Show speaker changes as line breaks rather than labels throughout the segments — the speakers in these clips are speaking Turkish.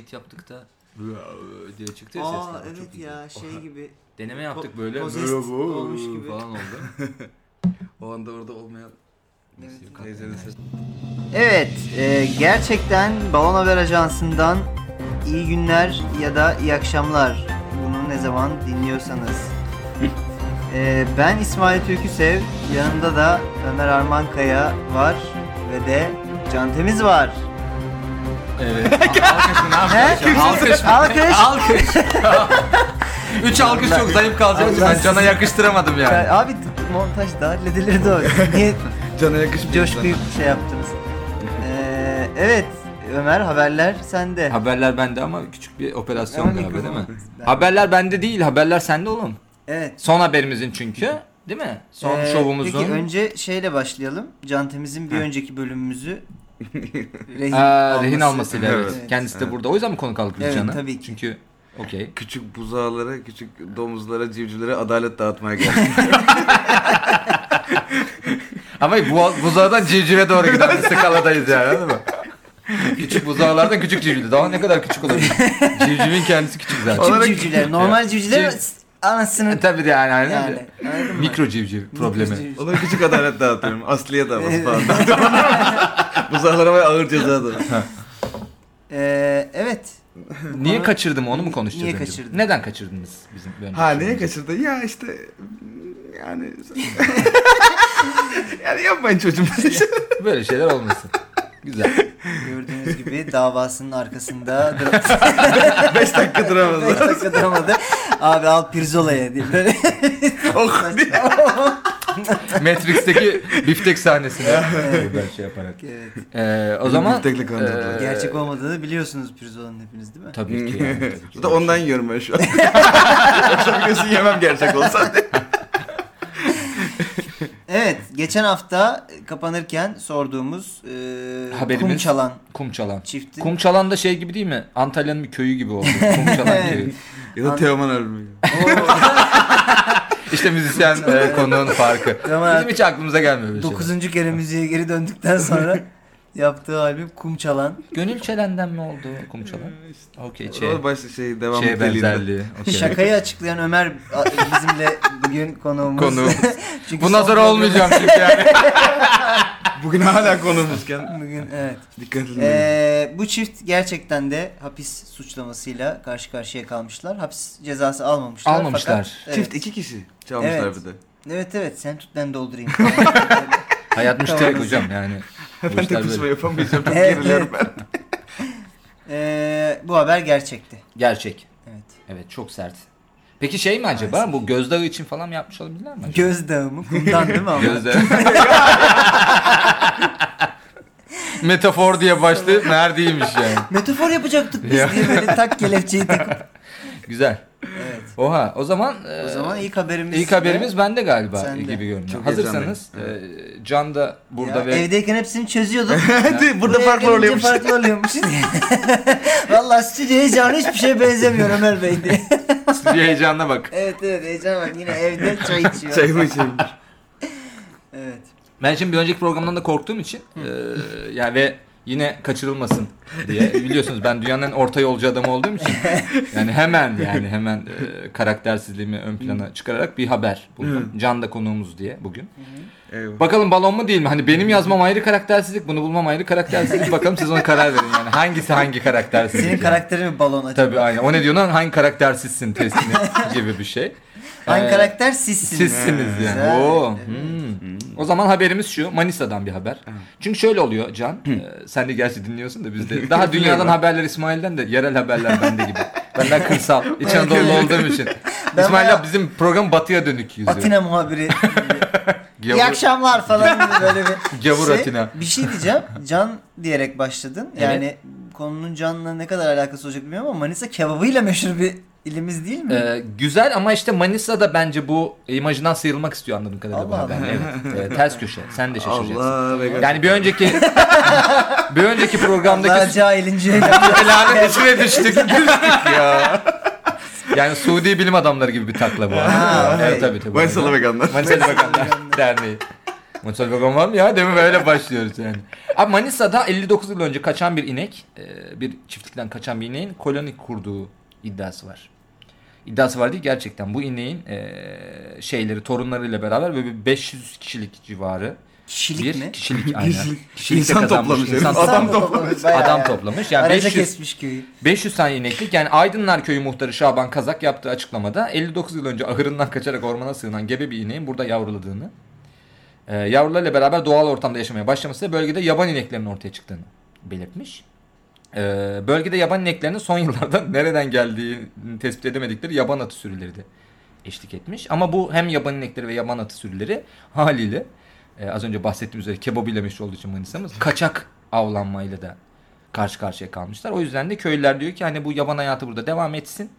muhabbet yaptık da diye çıktı ya ses.
Aa
falan. Çok
evet
iyi.
ya şey
Oha.
gibi.
Deneme yaptık
Po-
böyle.
possessed
böyle bu-
olmuş gibi.
Falan oldu.
O anda orada olmayan
Evet, evet.
teyzenin sesi.
Evet, e, gerçekten Balon Haber Ajansı'ndan iyi günler ya da iyi akşamlar. Bunu ne zaman dinliyorsanız. E, ben İsmail Türküsev, yanımda da Ömer Armankaya var ve de Can Temiz var.
evet. Alkışın
He?
Alkış.
Alkış.
Alkış. Üç alkış çok zayıf kalacak.
Allah
Ben
sizi-
cana yakıştıramadım yani.
Abi montaj da halledilirdi o. Niye
Cana yakışmıyor.
coşkuyu
sana.
şey yaptınız? E, evet, Ömer haberler sende.
Haberler bende ama küçük bir operasyon
Ama
galiba değil mi?
mikrofon- Ben-
Haberler bende değil, haberler sende oğlum.
Evet.
Son haberimizin çünkü, değil mi? Son
Ee,
şovumuzun.
Peki önce şeyle başlayalım. Can Temiz'in bir önceki bölümümüzü rehin,
Aa, rehin almasıyla evet.
Evet.
Kendisi de
Evet.
burada. O yüzden mi konuk aldık biz
Evet,
Can'ı?
tabii ki.
Çünkü okey.
Küçük buzağlara, küçük domuzlara, civcivlere adalet dağıtmaya geldim.
Ama bu, buzağdan civcive doğru giden bir skaladayız yani anladın mı? küçük buzağlardan küçük civcive. Daha ne kadar küçük olabilir? Civcivin kendisi küçük zaten.
Küçük
Olarak-
civcivler, normal
Ya,
civcivler
civ-
s- anasını
E, Tabii de yani. aynen.
yani. anladın mı?
Mikro civciv problemi.
civciv.
Ona küçük adalet dağıtıyorum. Asliye davası
Evet.
falan. buzağlara bayağı ağır ceza da.
Ee, evet.
Niye kaçırdım onu mu konuşacağız
Niye
önce?
kaçırdın?
Neden kaçırdınız bizim bir önceki
Ha niye
bölümümüzü?
kaçırdı? Ya işte yani yani yapmayın çocuğum.
Böyle şeyler olmasın. Güzel.
Gördüğünüz gibi davasının arkasında dur-
5 dakika
beş
duramazlar.
dakika duramadı. Abi al Pirzola'ya diye böyle.
oh, diye.
Matrix'teki biftek sahnesini. Böyle şey yaparak.
evet.
Ee, o zaman...
Biftekle kandırdılar.
Ee,
Gerçek olmadığını biliyorsunuz Pirzola'nın hepiniz değil mi?
Tabii ki yani. tabii ki.
Bu da ondan yiyorum ben şu an. Yoksa biliyorsun yemem gerçek olsa.
Evet, geçen hafta e, kapanırken sorduğumuz e,
Haberimiz.
kum çalan
Kum çalan.
çifti.
Kum çalan da şey gibi değil mi? Antalya'nın bir köyü gibi oldu. Kum çalan köyü.
Ya da Teoman ölmüyor.
İşte müzisyen e, konuğun farkı.
Ama-
Bizim hiç aklımıza gelmiyor böyle şeyler.
Dokuzuncu kere müziğe geri döndükten sonra yaptığı albüm Kum Çalan.
Gönül Çelen'den mi oldu kum çalan? Okey şey.
O başta şey devam
Şeye benzelliği. okey.
Şakayı açıklayan Ömer a- bizimle bugün konuğumuz.
Konu.
Çünkü
Bundan
son
sonra
programı-
olmayacağım çünkü yani.
Bugün hala konumuzken
Bugün evet.
dikkat edin.
Ee, bu çift gerçekten de hapis suçlamasıyla karşı karşıya kalmışlar. Hapis cezası almamışlar.
Almamışlar.
Fakat,
Çift
evet.
iki kişi çalmışlar
Evet.
bir de.
Evet evet sen tut ben doldurayım.
Hayat müşterek
Tamam.
hocam yani. Bu
Ben de
işler
kusma
böyle.
yapamayacağım. Çok
Evet,
geriliyorum ben.
Ee, bu haber gerçekti.
Gerçek.
Evet.
Evet çok sert. Peki şey mi acaba? Bu gözdağı için falan mı yapmış olabilirler mi? acaba?
Gözdağı mı? Kumdan değil mi ama?
Gözde. Metafor diye başlayıp neredeymiş yani.
Metafor yapacaktık biz
Ya.
diye böyle tak kelepçeyi takıp.
Güzel.
Evet.
Oha o zaman e,
O zaman ilk haberimiz.
ilk haberimiz bende galiba
Sende.
gibi görünüyor.
Çok
Hazırsanız e, Can da burada
Ya
ve
Evdeyken hepsini çözüyorduk.
Hadi burada
Buraya
farklı
gelince
oluyormuş.
Farklı oluyormuş. Valla stüdyo heyecanı hiçbir şeye benzemiyor Ömer Bey diye.
stüdyo heyecanına bak.
evet evet heyecan var. Yine evde çay içiyor.
Çayımı içeyim.
Evet.
Ben şimdi bir önceki programdan da korktuğum için e, yani ve yine kaçırılmasın diye biliyorsunuz ben dünyanın en orta yolcu adamı olduğum için yani hemen yani hemen e, karaktersizliğimi ön plana çıkararak bir haber buldum. Can da konuğumuz diye bugün.
şey.
Eyvah.
Bakalım balon mu değil mi? Hani benim yazmam ayrı karaktersizlik, bunu bulmam ayrı karaktersizlik. Bakalım siz ona karar verin yani. Hangisi hangi karaktersizlik?
Senin
yani.
karakterin mi balon acaba?
Tabii aynen. O ne diyor lan? Hangi karaktersizsin testini gibi bir şey.
Hangi
Ee,
karakter sizsiniz?
Sizsiniz
Güzel.
yani. Oo.
Evet.
hmm. O zaman haberimiz şu. Manisa'dan bir haber. Çünkü şöyle oluyor Can. e, sen de gerçi dinliyorsun da biz de. Daha dünyadan
Dinliyorum.
haberler İsmail'den de yerel haberler bende gibi. Ben daha kırsal, İç Anadolu olduğum için.
Ben
İsmail
bayağı-
abi bizim program batıya dönük yüzüyor.
Atina muhabiri.
Gavur-
İyi akşamlar falan gibi böyle bir
Gavur
şey.
Atina.
Bir şey diyeceğim. Can diyerek başladın.
Evet.
Yani konunun canla ne kadar alakası olacak bilmiyorum ama Manisa kebabıyla meşhur bir ilimiz değil mi?
Ee, güzel ama işte Manisa'da bence bu imajından sıyrılmak istiyor anladığım kadarıyla bu
Allah
haber.
Allah.
Evet. Ee, ters köşe. Sen de şaşıracaksın.
Allah vegan.
Yani bir önceki bir önceki
Daha
programdaki
cahilince
Lanet içine düştük. Düştük ya. Yani Suudi bilim adamları gibi bir takla bu.
Ha,
evet
evet.
tabii tabii.
Maysalı veganlar.
Manisa'da bakanlar derneği. Manisa'da vegan var mı ya? Demin böyle başlıyoruz yani. Abi Manisa'da 59 yıl önce kaçan bir inek, e, bir çiftlikten kaçan bir ineğin koloni kurduğu iddiası var. İddiası var değil gerçekten. Bu ineğin e, şeyleri, torunlarıyla beraber böyle bir 500 kişilik civarı
Kişilik
bir
mi?
kişilik aynen.
Kişilik.
Kişilik de
İnsan
kazanmış,
toplamış herif.
insan
Adam
toplamış.
toplamış. bayağı
Adam
yani.
toplamış. Yani
Araca
500,
kesmiş köyü.
500 tane ineklik yani Aydınlar Köyü muhtarı Şaban Kazak yaptığı açıklamada 59 yıl önce ahırından kaçarak ormana sığınan gebe bir ineğin burada yavruladığını, e, yavrularıyla beraber doğal ortamda yaşamaya başlaması ve bölgede yaban ineklerinin ortaya çıktığını belirtmiş. E, bölgede yaban ineklerinin son yıllarda nereden geldiğini tespit edemedikleri yaban atı sürüleri de eşlik etmiş. Ama bu hem yaban inekleri ve yaban atı sürüleri haliyle e, az önce bahsettiğim üzere kebabıyla meşhur olduğu için Manisa'mız kaçak avlanmayla da karşı karşıya kalmışlar. O yüzden de köylüler diyor ki hani bu yaban hayatı burada devam etsin.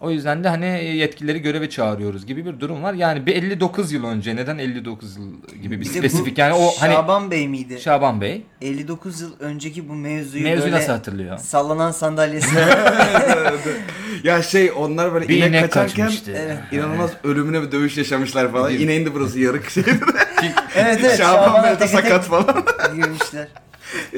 O yüzden de hani yetkilileri göreve çağırıyoruz gibi bir durum var. Yani bir 59 yıl önce neden 59 yıl gibi bir,
Bir de bu
spesifik yani o hani
Şaban Bey miydi?
Şaban Bey
59 yıl önceki bu mevzuyu
mevzuyu
böyle
nasıl hatırlıyor?
sallanan sandalyesi
ya şey onlar böyle
Bir
inek,
inek
kaçarken
kaçmıştı.
Evet.
inanılmaz ölümüne bir dövüş yaşamışlar falan.
Değil mi?
İneğin de burası yarık.
evet evet.
Şaban
Şaban'a
Bey de
teke tek
sakat falan.
girmişler.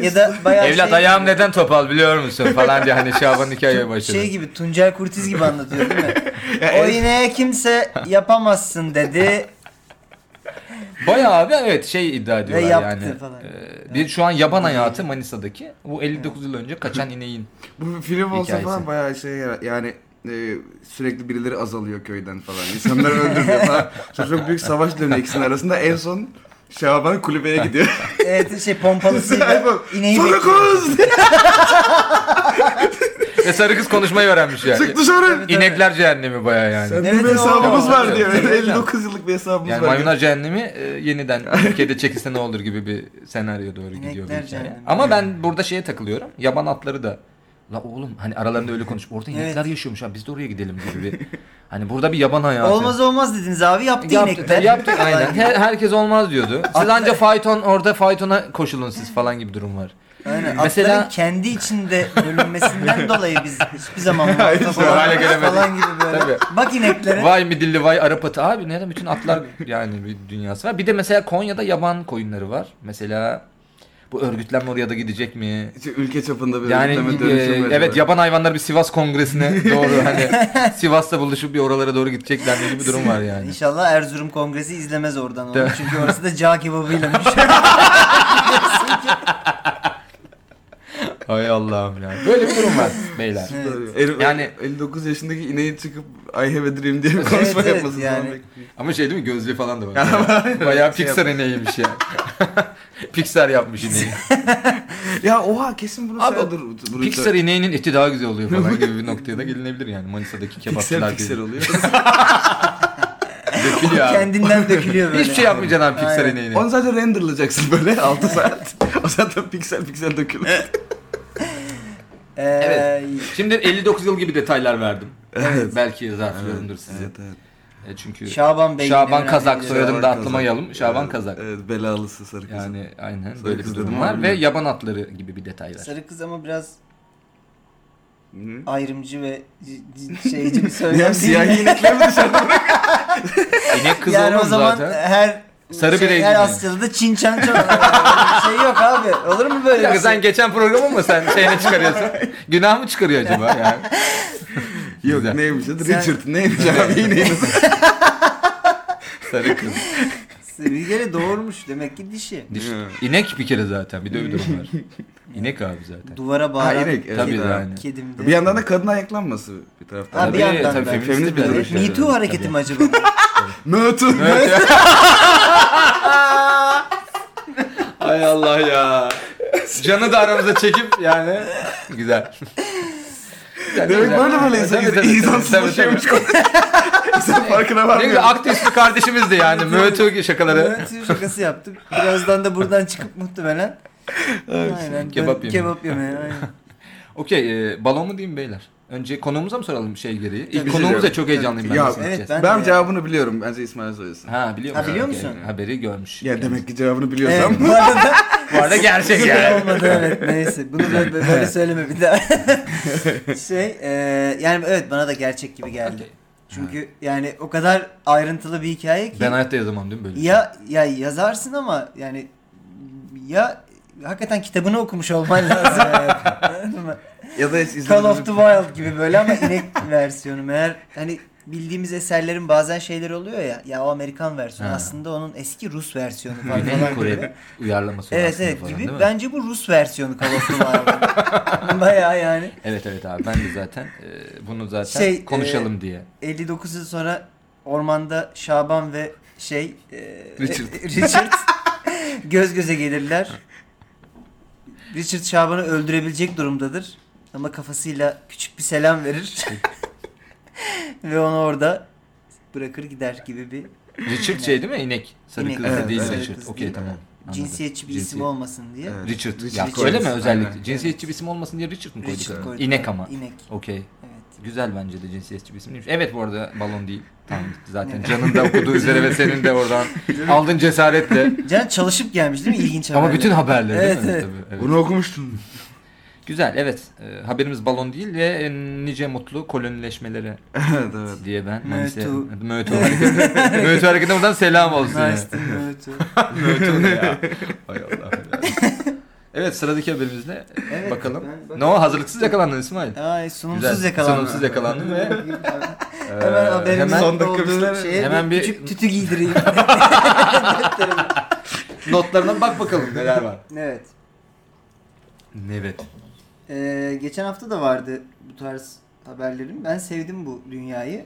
ya da bayağı
Evlat
şey,
ayağım neden topal biliyor musun falan diye hani Şaban hikayeye başladı.
şey gibi Tuncel Kurtiz gibi anlatıyor değil mi?
Ya
o
evet.
ineğe kimse yapamazsın dedi.
Bayağı abi evet şey iddia ediyorlar
yaptı
yani.
falan. şey.
Ee, bir şu an yaban hayatı Manisa'daki bu 59 yıl önce kaçan ineğin.
Bu bir film olsa
Hikayesi.
falan bayağı şey yara- yani e, sürekli birileri azalıyor köyden falan. İnsanlar öldürülüyor falan. Çok, çok büyük savaş dönüyor ikisinin arasında. En son Şaban kulübeye gidiyor.
Evet şey pompalısıyla ineği
Sarı
bekliyor.
kız!
Ve sarı kız konuşmayı öğrenmiş yani.
Çık dışarı!
tabii.
İnekler cehennemi bayağı yani.
Sende
Evet,
bir hesabımız
o-
var diyor.
Evet,
evet.
59 yıllık bir hesabımız
Yani
var. diyor.
Maymunlar Cehennemi e, yeniden Türkiye'de çekilse ne olur gibi bir senaryo doğru gidiyor bu
İnekler
hikaye.
Cehennemi.
Ama ben burada şeye takılıyorum. Yaban atları da La oğlum hani aralarında öyle konuşup orada
Evet.
inekler yaşıyormuş abi biz de oraya gidelim gibi bir. Hani burada bir yaban hayatı.
Olmaz olmaz dediniz abi yaptı
Yaptı,
inekler.
yaptı aynen. Her- herkes olmaz diyordu. Siz anca fayton orada faytona koşulun siz falan gibi durum var.
Aynen.
Mesela-
Atların kendi içinde bölünmesinden dolayı biz hiçbir zaman
Hayır,
muhatap
şu hale
olamadık
gelemedik.
falan gibi böyle.
Tabii.
Bak ineklere.
Vay midilli vay Arap atı abi neden bütün atlar yani bir dünyası var. Bir de mesela Konya'da yaban koyunları var. Mesela bu örgütlenme oraya da gidecek mi?
İşte Ülke çapında bir
Yani
örgütleme
e,
dönüşüm var.
evet yaban hayvanları bir Sivas Kongresi'ne doğru hani Sivas'ta buluşup bir oralara doğru gidecekler gibi bir durum var yani.
İnşallah Erzurum Kongresi izlemez oradan onu.
Tabii.
Çünkü orası da cağ kebabıyla meşhur.
Ay Allah'ım ya. Böyle bir durum var beyler. Yani-
Yani 59 yaşındaki ineği çıkıp I have a dream diye bir
Evet,
konuşma
evet,
yapması
yani.
yani.
Ama şey değil mi gözlüğü falan da var. Bayağı
Şey
Pixar ineğiymiş ya. Pixar yapmış ineği.
Ya oha kesin bunu
Abi,
sen dur. dur- dur-
Pixar ineğinin eti daha güzel oluyor falan gibi bir noktaya da gelinebilir yani. Manisa'daki
Pixar
kebapçılar
Pixar
değil.
oluyor.
Dökülüyor abi.
Kendinden dökülüyor böyle.
Hiçbir şey yapmayacaksın abi Pixar
Aynen.
ineğine.
Onu zaten renderlayacaksın böyle 6 saat. O zaten piksel piksel dökülür.
Ee,
Evet. Şimdi 59 yıl gibi detaylar verdim. Belki zarflıyorumdur sizi.
evet.
E Çünkü
Şaban Bey.
Şaban
yine
Kazak
önemli
soyadı. Soyadını
Şaban
da
Kazak.
atlamayalım. Şaban Kazak.
Evet belalısı sarı kızım.
Yani aynen
Sarı
böyle bir
kız
durum
dedim
var
abi.
ve yaban atları gibi bir detay
bir-
var.
Sarı kız ama biraz
Hı?
ayrımcı ve c- c- şeyci bir söylem
Ya
değil mi?
siyahi inekler mi dışarıda?
İnek kız
yani o
olmaz
zaman e,
zaten.
her
Sarı
şey,
bireyci
her
mi?
Asyalı da Çin Çan Çan. Öyle bir şey yok abi. Olur mu
Bir
böyle
dakika,
bir şey?
sen geçen programı mı sen şeyine çıkarıyorsun? Günah mı çıkarıyor acaba yani?
Yok
Güzel.
neymiş adı?
Sen-
Richard neymiş abi ineği nasıl?
Sarı kız.
Bir kere doğurmuş demek ki dişi.
Diş-
Evet.
İnek bir kere zaten bir de öyle durum var. İnek abi zaten.
Duvara
Ha
bağıran
inek. evet.
Tabii
kedim-
yani.
kedimdi.
Bir yandan da kadın ayaklanması bir taraftan.
Ha, bir yandan da.
feminist
Feminist bir
duruş.
Me Too hareketi mi acaba? bu?
Mötü.
Evet. Hay Allah ya. Canı da aramıza çekip yani güzel. Güzel,
Demek
güzel.
böyle böyle insan
Tabii, tabii, tabii.
insansızlaşıyormuş. İnsan farkına
Ne güzel
varmıyor.
aktivist bir kardeşimizdi yani. Mötü şakaları.
Evet, şakası yaptık. Birazdan da buradan çıkıp muhtemelen aynen,
kebap yemeye.
dön- kebap yemeye. Aynen.
Okey e, balon mu diyeyim beyler? Önce konuğumuza mı soralım şey gereği? İlk
Tabii.
konuğumuz da
Biliyorum.
çok heyecanlıyım ben.
Ya,
nasıl
evet,
gideceğiz?
ben-
Ben
de-
cevabını biliyorum. Bence İsmail söylesin.
Ha biliyor
Ha,
musun?
biliyor
Okey,
musun?
Haberi görmüş.
Ya demek ki cevabını biliyorsam.
Evet, bu arada
Bu arada gerçek yani.
olmadı evet neyse. Bunu böyle, böyle söyleme bir daha. şey e, yani evet bana da gerçek gibi geldi. Çünkü yani o kadar ayrıntılı bir hikaye ki.
Ben hayatta yazamam değil mi böyle? bir şey?
Ya ya yazarsın ama yani ya hakikaten kitabını okumuş olman lazım. Anladın mı?
Ya da hiç izlemediğiniz-
Call of the Wild gibi böyle ama inek versiyonu. Meğer hani bildiğimiz eserlerin bazen şeyleri oluyor ya. Ya o Amerikan versiyonu
Ha.
aslında onun eski Rus versiyonu falan.
şey? Güney
gibi.
Kore uyarlaması
Evet
aslında
evet
falan,
gibi.
değil mi?
Bence bu Rus versiyonu Call of the Wild. Baya yani
Evet evet abi ben de zaten e, bunu zaten
Şey,
konuşalım diye.
59 yıl sonra ormanda Şaban ve şey e,
Richard.
e, Richard göz göze gelirler. Richard Şaban'ı öldürebilecek durumdadır. Ama kafasıyla küçük bir selam verir. ve onu orada bırakır gider gibi bir
Richard şey değil mi? İnek. Sarı
İnek.
kız da
Evet,
değil
evet.
Richard.
Kız
Okey
değil.
tamam. Anladım.
cinsiyetçi bir isim
Cinsiyet-
olmasın diye.
Evet.
Richard. Ya,
Richard
öyle mi
koyarız,
özellikle?
aynen.
Cinsiyetçi bir isim olmasın diye Richard mı koyduk?
Richard koydu.
İnek ama.
İnek.
Okey.
Evet.
Güzel bence de cinsiyetçi bir isim değilmiş. Evet bu arada balon değil. Tamam gitti zaten.
Evet.
Canın da okuduğu üzere ve senin de oradan aldın cesaretle.
Can çalışıp gelmiş değil mi? İlginç haberler.
Ama bütün haberleri
Evet,
değil mi?
evet.
Tabii, evet.
Bunu okumuştun.
Güzel evet. Ee, haberimiz balon değil ve e, nice mutlu kolonileşmelere
evet evet.
diye ben.
Mötü.
Mötü. Mötü hareketi. Mötü hareketi buradan selam olsun. yani.
Nice değil mi? Evet, evet.
Mötü ne ya? Hay Allah. evet sıradaki haberimizde
Evet,
bakalım.
ben bak-
No hazırlıksız yakalandın İsmail.
Ay sunumsuz
Güzel,
yakalandı.
sunumsuz yakalandı ve- e,
Hemen haberimizin
Ee, hemen
son dakika
olduğu
bizlere-
şeye
Hemen
bir
bir-
küçük tütü giydireyim.
notlarına bak bakalım neler var. Şey
evet.
Evet.
Ee, geçen hafta da vardı bu tarz haberlerim. Ben sevdim bu dünyayı.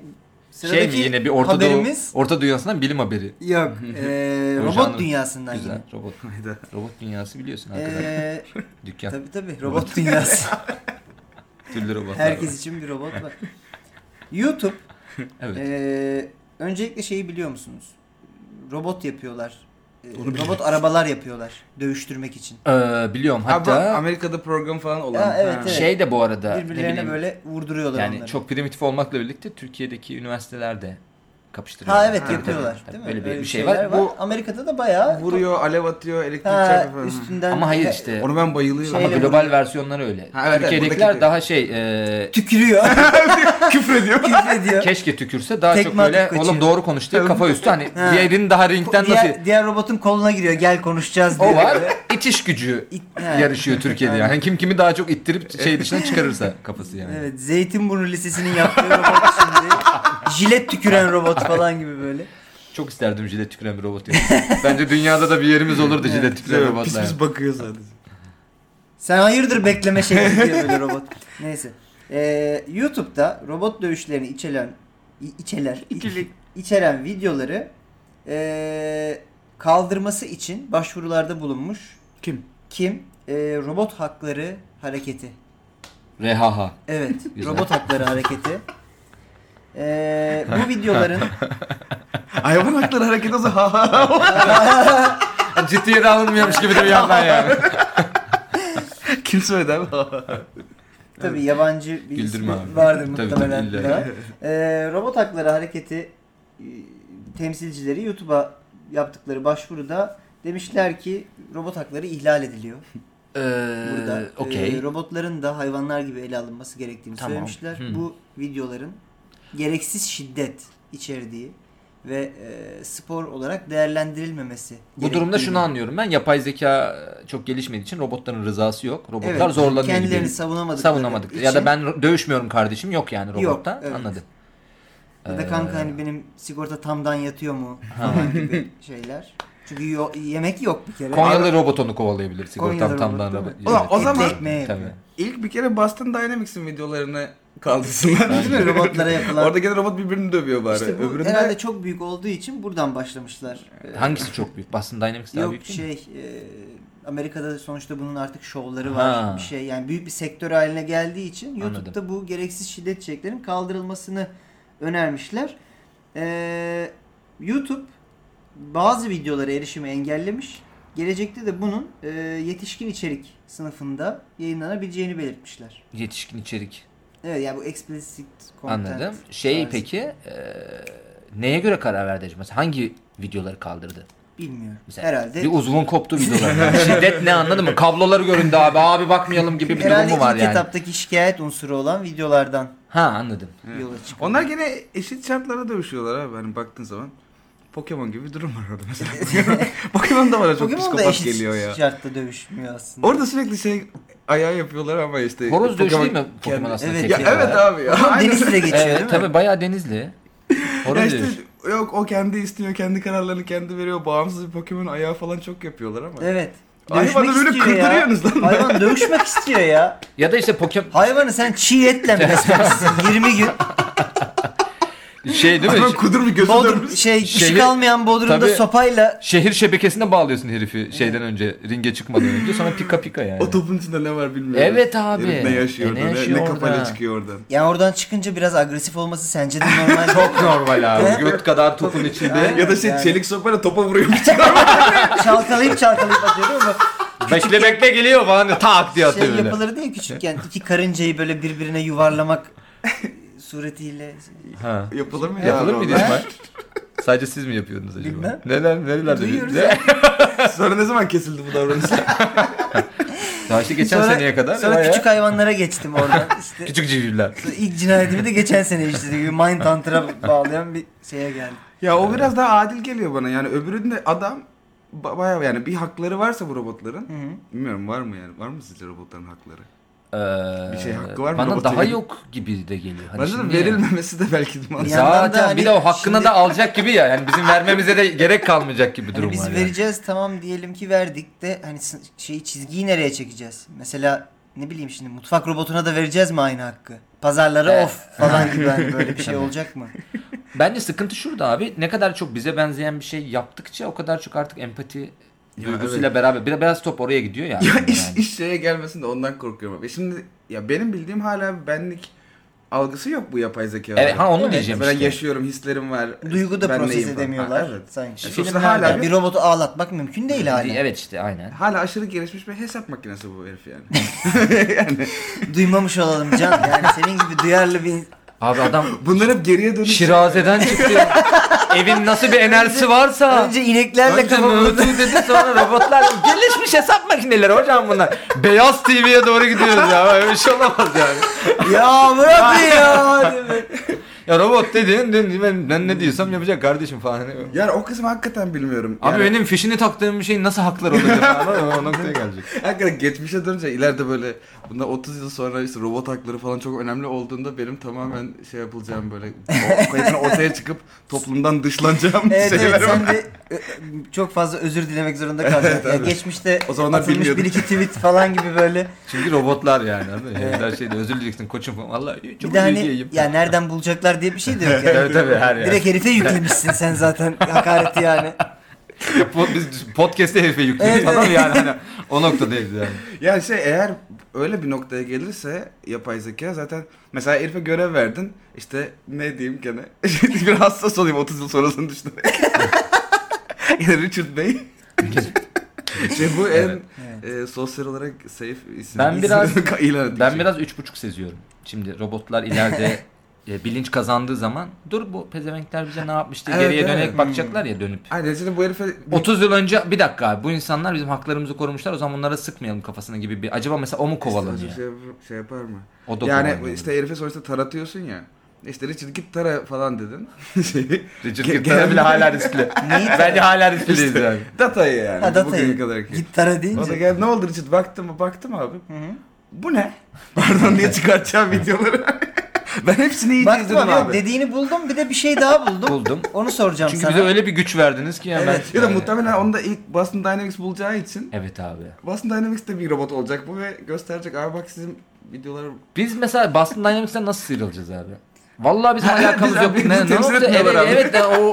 Şey mi yine bir Orta
haberimiz
Doğu, Orta Dünyası'ndan bilim haberi.
yok. ee,
O
robot
janrın-
dünyasından
Güzel
yine.
robot.
Hayda.
Robot dünyası biliyorsun hakikaten.
Ee,
Dükkan.
tabii tabii robot dünyası.
Türlü robotlar. var.
Herkes için bir robot var. YouTube
Evet.
Ee, öncelikle şeyi biliyor musunuz? Robot yapıyorlar. Ee,
Onu biliyorum.
robot arabalar yapıyorlar dövüştürmek için.
Ee, biliyorum hatta
Abi, Amerika'da program falan olan.
Ha, evet,
Ha.
evet.
şey de bu arada ne
Birbirlerine
bileyim,
böyle vurduruyorlar
yani
onları.
çok primitif olmakla birlikte Türkiye'deki üniversitelerde kapıştırıyorlar.
Ha evet
Ha,
yapıyorlar
tabii,
değil mi?
tabii. Öyle bir,
Öyle
bir şey
şeyler
var. Bu
Amerika'da da bayağı
Vuruyor, şey alev atıyor, elektrik
ha,
çarpıyor falan.
üstünden
ama hayır
ya-
işte
Onu ben bayılıyorum.
ama
Şeyle
global versiyonları öyle.
Ha, evet, evet,
Türkiye'dekiler
buradaki-
daha şey e,
tükürüyor.
küfür ediyor.
küfrediyor.
keşke tükürse daha
Tekme
çok böyle
atıp kaçıyor.
oğlum doğru konuş diye kafa üstü hani
Ha.
diğerinin daha ringden
diğer,
nasıl
diğer robotun koluna giriyor gel konuşacağız diye.
o var itiş gücü
İt- ha.
yarışıyor Türkiye'de yani kim kimi daha çok ittirip şey dışına çıkarırsa kafası yani.
Evet Zeytinburnu Lisesi'nin yaptığı robot şimdi. Jilet tüküren robot falan gibi böyle.
Çok isterdim jilet tüküren bir robot. yani. Bence dünyada da bir yerimiz olurdu jilet tüküren
Güzel, pis
robotlar.
pis bakıyor sadece.
Sen hayırdır bekleme şekli diyor böyle robot. Neyse. Ee, YouTube'da robot dövüşlerini içeren i- içeler i- içeren videoları ee, kaldırması için başvurularda bulunmuş.
Kim?
Kim? Ee, robot Hakları Hareketi.
Rehaha.
Evet.
Güzel.
Robot Hakları Hareketi. Ee, bu videoların
Hayvan hakları hareket olsa ha ha ha.
Ciddiye de alınmıyormuş gibi de bir yandan yani.
Kim söyledi abi? Ha, ha, ha.
Tabii yabancı bir
Güldürme
ismi
abi.
vardır
Tabii,
muhtemelen.
tabii, illa.
daha. Ee, robot hakları hareketi e, temsilcileri YouTube'a yaptıkları başvuruda demişler ki robot hakları ihlal ediliyor. Burada
Burada. Okey.
Ee, robotların da hayvanlar gibi ele alınması gerektiğini
Tamam. Hmm.
söylemişler.
Hı.
Bu videoların gereksiz şiddet içerdiği ve e, spor olarak değerlendirilmemesi.
Bu durumda şunu anlıyorum ben. Yapay zeka çok gelişmediği için robotların rızası yok. Robotlar
Evet,
zorlanıyor gibi.
kendilerini savunamadıkları
Savunamadık. Ya
için-
da ben ro- dövüşmüyorum kardeşim yok yani
Yok,
robotta.
evet.
Anladım.
Ya da
Ee,
kanka hani benim sigorta tamdan yatıyor mu
Ha.
falan gibi şeyler. Çünkü yo- yemek yok bir kere.
Konyalı robotonu kovalayabilir sigortam
Konyalı
tamdan
robot,
robot.
değil
mi? Ulan o
Evet,
zaman-
Ekmeği
Tabii.
yapıyor.
İlk bir kere Boston Dynamics'in videolarını kaldırsınlar.
Değil mi? Robotlara yapılan.
Orada gene robot birbirini dövüyor bari.
işte bu
Öbüründe
herhalde çok büyük olduğu için buradan başlamışlar. Ee,
Hangisi çok büyük? Boston Dynamics daha
yok
büyük değil mi?
şey e, Amerika'da sonuçta bunun artık şovları var
Ha.
bir şey. Yani büyük bir sektör haline geldiği için YouTube'da bu gereksiz şiddet içeriklerinin kaldırılmasını önermişler. Ee, YouTube bazı videolara erişimi engellemiş. Gelecekte de bunun e, yetişkin içerik sınıfında yayınlanabileceğini belirtmişler.
Yetişkin içerik.
Evet yani bu explicit şey- content.
Anladım. Şey
tarzı.
peki e, neye göre karar verdi acaba? Mesela Hangi videoları kaldırdı?
Bilmiyorum.
Mesela
Herhalde.
Bir uzvun koptu videolardan. Şiddet ne anladın mı? Kabloları göründü abi. Abi bakmayalım gibi bir
herhalde
durumu var
ilk
yani.
etaptaki şikayet unsuru olan videolardan
Ha anladım.
yola çıkıyor.
Onlar gene eşit şartlarda dövüşüyorlar abi. Hani baktığın zaman. Pokemon gibi bir durum var orada mesela. Pokemon da bana çok
Pokemon da
psikopat
eşit
geliyor ya.
şartta dövüşmüyor aslında.
Orada sürekli şey ayağı yapıyorlar ama işte.
Horoz dövüşü
Pokemon-
değil mi Pokemon aslında?
Evet.
Ya
teknik
evet
olarak?
abi ya.
Ama
Aynen.
Denizli'de geçiyor
Evet,
değil mi?
tabii bayağı denizli. Horoz
Ya işte
dövüşü.
yok o kendi istiyor, kendi kararlarını kendi veriyor. Bağımsız bir Pokemon ayağı falan çok yapıyorlar ama.
Evet.
Hayvanı böyle
istiyor
kırdırıyorsunuz lan.
Hayvan dövüşmek istiyor ya.
Ya da işte Pokemon
Hayvanı sen çiğ etle mi beslersin? 20 gün.
şey değil mi?
Ama kudur bir gözü
Bodrum,
dönmüş.
şey, işi
Şeyle-
kalmayan Bodrum'da
Tabii.
sopayla
Şehir şebekesine bağlıyorsun herifi şeyden önce ringe çıkmadan önce sonra pika pika yani.
O topun içinde ne var bilmiyorum.
Evet abi.
Herif ne yaşıyor
E, ne
orada, ne, ne,
yaşıyor
kafayla
orada?
çıkıyor oradan.
yani oradan çıkınca biraz agresif olması sence de normal.
Çok normal
Evet.
abi. Göt kadar topun içinde.
Aynen.
Ya da şey
yani.
çelik sopayla topa vuruyor.
çalkalayıp çalkalayıp atıyor değil mi?
bekle bekle geliyor falan tak diye
Şey
atıyor böyle.
yapılırdı ya küçükken iki karıncayı böyle birbirine yuvarlamak suretiyle.
Ha.
Yapılır mı ya?
Yapılır mıydı
onlar?
İsmail? Sadece siz mi yapıyordunuz acaba?
Bilmem.
Neler nerelerde?
Duyuyoruz
Ne?
ya.
Sonra ne zaman kesildi bu davranış?
Daha işte geçen
Sonra-
seneye kadar.
Sonra
bayağı-
küçük hayvanlara geçtim oradan. İşte
küçük civcivler.
ilk cinayetimi de geçen sene işledik. Bir Mindhunter'a bağlayan bir şeye geldim.
ya
Ee,
o biraz daha adil geliyor bana. Yani öbüründe adam ba- bayağı yani bir hakları varsa bu robotların. Bilmiyorum var mı yani? Var mı sizce robotların hakları?
Ee,
Bir şey hakkı var mı
Bana
robotun?
daha yok gibi de geliyor. Hani
Bence de
şimdi-
verilmemesi de belki de
Bir
mantıklı.
yandan da
Zaten
hani
bir de o hakkını
şimdi-
da alacak gibi ya. Yani bizim vermemize de gerek kalmayacak gibi
Hani
durum
biz
var. yani.
vereceğiz tamam diyelim ki verdik de hani s- şeyi çizgiyi nereye çekeceğiz? Mesela ne bileyim şimdi mutfak robotuna da vereceğiz mi aynı hakkı? Pazarlara
Evet.
of falan gibi hani böyle bir şey olacak mı?
Bence sıkıntı şurada abi. Ne kadar çok bize benzeyen bir şey yaptıkça o kadar çok artık empati
Ya
duygusuyla beraber biraz, biraz top oraya gidiyor ya.
Ya
aslında
iş,
yani.
iş şeye gelmesin de ondan korkuyorum. E şimdi ya benim bildiğim hala bir benlik algısı yok bu yapay zeka.
Evet, ha onu diyeceğim
Ben
işte.
yaşıyorum, hislerim var.
Duygu da
ben
proses
neyim falan.
edemiyorlar
Ha, evet. E,
sanki.
Sonuçta
Filmlerde
hala
Yani
bir,
bir robotu ağlatmak mümkün değil hala.
Evet işte aynen.
hala aşırı gelişmiş bir hesap makinesi bu herif yani.
Duymamış olalım Can. Yani senin gibi duyarlı bir...
Abi adam
Bunlar hep geriye dönüş.
şirazeden çıktı. Evin nasıl bir enerjisi varsa.
Önce ineklerle
Önce
kafamı...
mövzu dedi sonra robotlar. Gelişmiş hesap makineleri hocam bunlar. Beyaz TV'ye doğru gidiyoruz ya. Öyle bir şey olamaz yani.
ya bırak ya. diye böyle.
Ya robot dediğin dedin, ben, ben ne diyorsam yapacak kardeşim falan. Hani
Yani o kısmı hakikaten bilmiyorum.
Abi
yani,
benim fişini taktığım bir şey nasıl haklar olacak falan o noktaya gelecek.
Hakikaten geçmişe dönünce ileride böyle bundan 30 yıl sonra işte robot hakları falan çok önemli olduğunda benim tamamen şey yapılacağım böyle o- kayıtına ortaya çıkıp toplumdan dışlanacağım
Evet evet
şeyler var.
sen de ö, ö, çok fazla özür dilemek zorunda kalacaksın.
Evet,
Ya
evet.
geçmişte
O zamanlar
atılmış
bilmiyordum.
bir iki tweet falan gibi böyle.
Çünkü robotlar yani. anladın mı? Her şeyde özür dileyeceksin koçum falan. Valla çok
bir de
iyi
hani
diyeyim.
ya nereden bulacaklar diye bir şey de yok yani.
Tabii tabii her yer.
Direkt herife yüklemişsin sen zaten hakareti yani.
Po- Biz podcast'te herife yüklüyoruz
Evet,
falan yani. Hani o noktadayız yani.
Yani şey eğer öyle bir noktaya gelirse yapay zeka zaten mesela herife görev verdin işte ne diyeyim gene bir hassas olayım 30 yıl sonrasını düşünerek. yani Richard Bey. şey bu en
Evet.
e, sosyal olarak safe isim.
Ben biraz-
ilan ettik.
Ben biraz üç buçuk seziyorum. Şimdi robotlar ileride e, bilinç kazandığı zaman dur bu pezevenkler bize ne yapmıştı
Evet,
geriye
evet. Hmm.
dönerek bakacaklar ya dönüp.
Aynen şimdi bu herife
30 yıl önce bir dakika abi, bu insanlar bizim haklarımızı korumuşlar o zaman bunlara sıkmayalım kafasına gibi bir acaba mesela o mu kovalanıyor?
şey, yap- şey yapar mı?
O da
yani
kovalanıyor.
işte herife sonuçta taratıyorsun ya. İşte Richard git tara falan dedin. Şeyi-
Richard
Ge-
Gere bile
gel-
hala riskli.
Neyi
Bence hala riskliyiz yani.
Data'yı yani.
Ha, datayı.
Bugüne kadar ki.
Git tara
O da
deyince.
geldi ne oldu Richard baktım mı baktım abi.
Hı hı.
Bu ne? Pardon diye çıkartacağım videoları. ben hepsini iyice
Baktım
izledim
abi, yok
abi.
dediğini buldum bir de bir şey daha buldum.
Buldum.
Onu soracağım
Çünkü
sana.
bize öyle bir güç verdiniz ki hemen.
Evet.
Ya da
Yani-
muhtemelen onu da ilk Boston Dynamics bulacağı için
Evet abi.
Boston Dynamics'te bir robot olacak bu ve gösterecek abi bak sizin videolar
Biz mesela Boston Dynamics'ten nasıl sıyrılacağız abi? Vallahi bizim alakamız
Biz
yok.
abi,
Ne,
bizi
ne
temsil
oldu?
etmiyorlar
Evet,
abi.
evet de o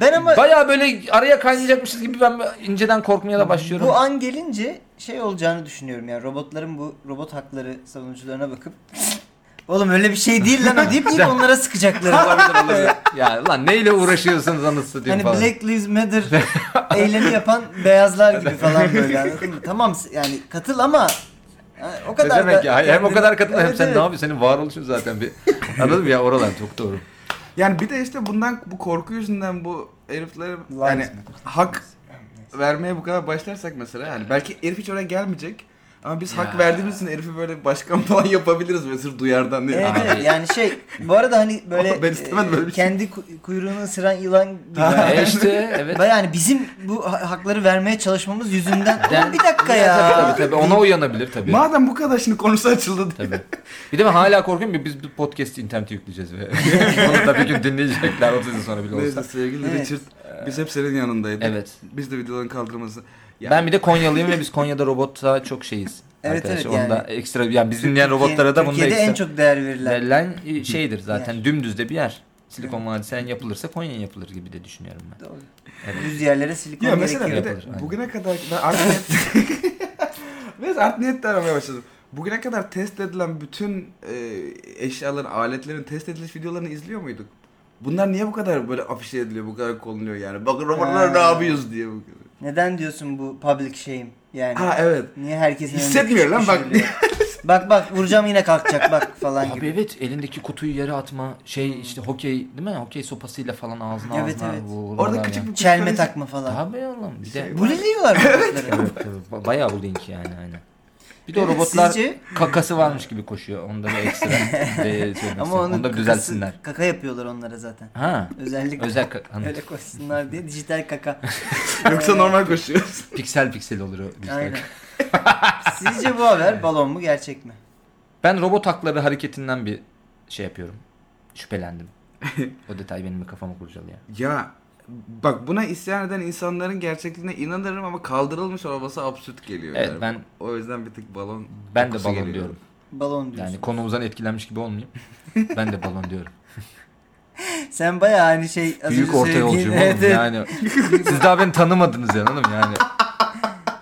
Ben ama
baya böyle araya kaynayacakmışız gibi ben inceden korkmaya da başlıyorum.
Bu an gelince şey olacağını düşünüyorum yani robotların bu robot hakları savunucularına bakıp Oğlum öyle bir şey değil lan o deyip deyip onlara sıkacakları.
Olabilir, olabilir. ya lan neyle uğraşıyorsunuz anasını diyeyim
hani
falan.
Black Lives Matter eylemi yapan beyazlar gibi falan böyle. anladın mı? tamam yani katıl ama ha, o
Ne
kadar
demek
da
ya? Hayır, Hem o
kendini-
kadar katıl hem
Evet,
sen
evet.
ne yapıyorsun? Senin varoluşun zaten bir. Anladın mı ya oralar çok doğru.
Yani bir de işte bundan bu korku yüzünden bu herifler
Lies
yani
mi?
hak vermeye bu kadar başlarsak mesela yani belki herif hiç oraya gelmeyecek. Ama biz hak
Ya.
verdiğimiz için herifi böyle başkan falan yapabiliriz ve sırf duyardan değil.
Evet,
Abi.
evet yani şey bu arada hani böyle
Ben istemedim böyle bir şey.
kendi ku- kuyruğunu ısıran yılan gibi.
E işte evet.
Baya yani bizim bu ha- hakları vermeye çalışmamız yüzünden
Den-
Ulan bir dakika
Tabii,
ya.
tabii, tabii. ona uyanabilir tabii.
Madem bu kadar şimdi konusu açıldı diye.
Tabii. Bir de ben hala korkuyorum ya biz bu podcast'i internete yükleyeceğiz ve onu da bir gün dinleyecekler 30 yıl sonra bile
Neyse
olsa.
sevgili
Evet.
Richard biz hep senin yanındaydık.
Evet.
Biz de videoların kaldırması. Ya-
Ben bir de Konyalıyım ve biz Konya'da robota çok şeyiz.
Evet,
arkadaşlar.
evet,
Onu da
yani.
ekstra yani biz dinleyen robotlara da bunu da
Türkiye'de en
ekstra
çok değer verilen.
verilen şeydir zaten dümdüz de bir yer. Silikon Vadisi en yapılırsa Konya yapılır gibi de düşünüyorum ben.
Doğru.
Evet.
Düz yerlere silikon
Ya mesela
gerekiyor.
bir de
Yapılır, aynen.
bugüne kadar ben art niyet... Biraz art niyetle aramaya başladım. Bugüne kadar test edilen bütün e, eşyaların, aletlerin test ediliş videolarını izliyor muyduk? Bunlar niye bu kadar böyle afişe ediliyor, bu kadar konuluyor yani? Bakın romanlar ne
Ha.
yapıyoruz diye. bu kadar.
Neden diyorsun bu public shame yani?
Hani
Ha evet.
Niye herkesin önünde
Hissetmiyor
küçük
lan bak.
düşürülüyor? bak bak vuracağım yine kalkacak bak falan
Abi
gibi. Hmm.
evet elindeki kutuyu yere atma şey işte hokey değil mi? Hokey sopasıyla falan ağzına
Evet,
ağzına
evet.
vurmalar
Orada
yani.
küçük bir
Çelme
psikoloji-
takma falan.
Tabii oğlum bir de
Buleliyorlar robotları.
Evet, tabii. Ba- bayağı bullying yani aynen. Bir de o
Şey, Evet,
robotlar
sizce?
kakası varmış gibi koşuyor. Onda da ekstra de,
Ama onun
onu da
kakası-
düzelsinler.
Kaka yapıyorlar onlara zaten.
Ha.
Özellikle
Özel ka- hani anladım.
öyle koşsunlar diye dijital kaka.
Yoksa normal koşuyoruz.
Piksel piksel olur o dijital
Aynen.
kaka.
Sizce bu haber balon mu gerçek mi?
Ben robot hakları hareketinden bir şey yapıyorum. Şüphelendim. o detay benim kafamı kurcalıyor.
Ya bak buna isyan eden insanların gerçekliğine inanırım ama kaldırılmış olması absürt geliyor.
Evet,
yani.
ben-
o yüzden bir tık balon
Ben de
kokusu
balon
geliyor.
diyorum.
Balon diyorsun.
Yani konumuzdan etkilenmiş gibi olmayayım. ben de balon diyorum.
Sen bayağı aynı şey az
Büyük
önce
orta
söylediğin-
yolcuyum
Evet,
oğlum
evet.
yani. Siz daha beni tanımadınız ya hanım yani.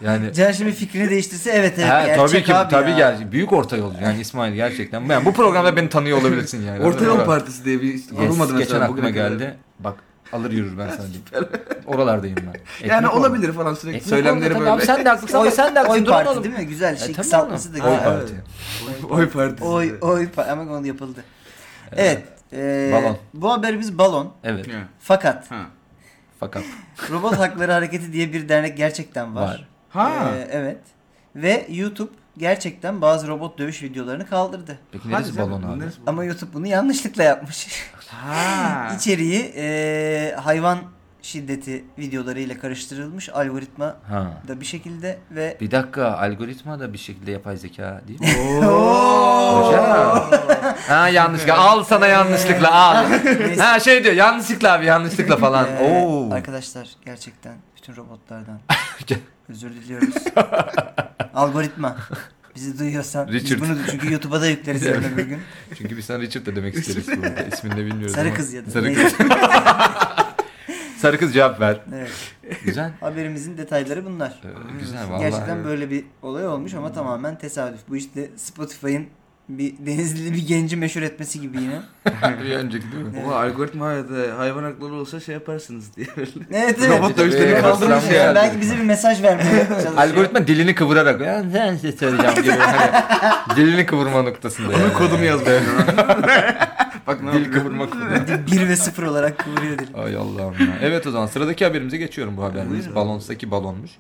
Yani
Can şimdi fikrini değiştirse evet evet
Ha,
gerçek
tabii ki
abi
tabii
ya.
gerçek. Büyük orta yolcu yani İsmail gerçekten. Yani bu programda beni tanıyor olabilirsin yani.
Orta Yol
Evet.
Partisi diye bir
Yes,
kurulmadı mesela.
Geçen aklıma
bugüne kadar.
geldi. Bak alır yürür ben sana diyeyim. Oralardayım ben.
Yani
Ekmek
olabilir falan sürekli
Ekmek
söylemleri
olmadı
böyle.
E, tabii. Abi sen de haklısın
Oy,
ama sen de haklısın.
oy
Durun
parti
oğlum.
değil mi? Güzel şey.
E, tamam
kısaltması da
oğlum.
güzel.
Oy
Evet.
parti.
Oy partisi.
Oy oy pa- ama onu yapıldı. Evet. eee,
Balon.
Bu haberimiz balon.
Evet.
Ya,
Fakat
Ha.
Fakat
Robot Hakları Hareketi diye bir dernek gerçekten var.
Var.
Ha.
E,
Eee, evet. Ve YouTube gerçekten bazı robot dövüş videoları kaldırdı.
peki neresi balon abi?
Ama YouTube bunu yanlışlıkla yapmış.
Ha.
İçeriği eee, hayvan şiddeti videolarıyla karıştırılmış algoritma
Ha.
da bir şekilde ve
Bir dakika algoritma da bir şekilde yapay zeka değil mi?
Oo.
Hocam. ha yanlışlıkla al sana yanlışlıkla al.
E, Neyse.
ha şey diyor yanlışlıkla abi yanlışlıkla falan.
Ee,
Oo.
Arkadaşlar gerçekten bütün robotlardan özür diliyoruz. Algoritma. Bizi duyuyorsan biz
Richard.
bunu çünkü YouTube'a da yükleriz yarın öbür gün.
Çünkü biz sana Richard da demek isteriz burada. İsmini de bilmiyoruz
Sarı
ama.
kız ya da.
Sarı
neyse.
kız. Sarı kız cevap ver.
Evet.
Güzel.
Haberimizin detayları bunlar.
Ee, güzel valla.
Gerçekten
evet.
böyle bir olay olmuş ama tamamen tesadüf. Bu işte Spotify'ın bir Denizli bir genci meşhur etmesi gibi yine.
bir önceki değil mi?
Oha algoritma hayatı hayvan hakları olsa şey yaparsınız diye böyle.
Evet evet.
Robot
dövüşleri
Ee,
kaldırmış
aslında
yani.
Belki bize bir mesaj vermeye çalışıyor.
Algoritma dilini kıvırarak "Ya ben size söyleyeceğim gibi hani dilini kıvırma noktasında.
Onun
yani.
kodumu yazdım. Bak ne
Dil
yapıyor?
kıvırma kodu.
1 ve 0 olarak kıvırıyor dili.
Ay Allah'ım ya. Evet o zaman sıradaki haberimize geçiyorum bu haberimiz.
Buyurun.
Balonstaki balonmuş.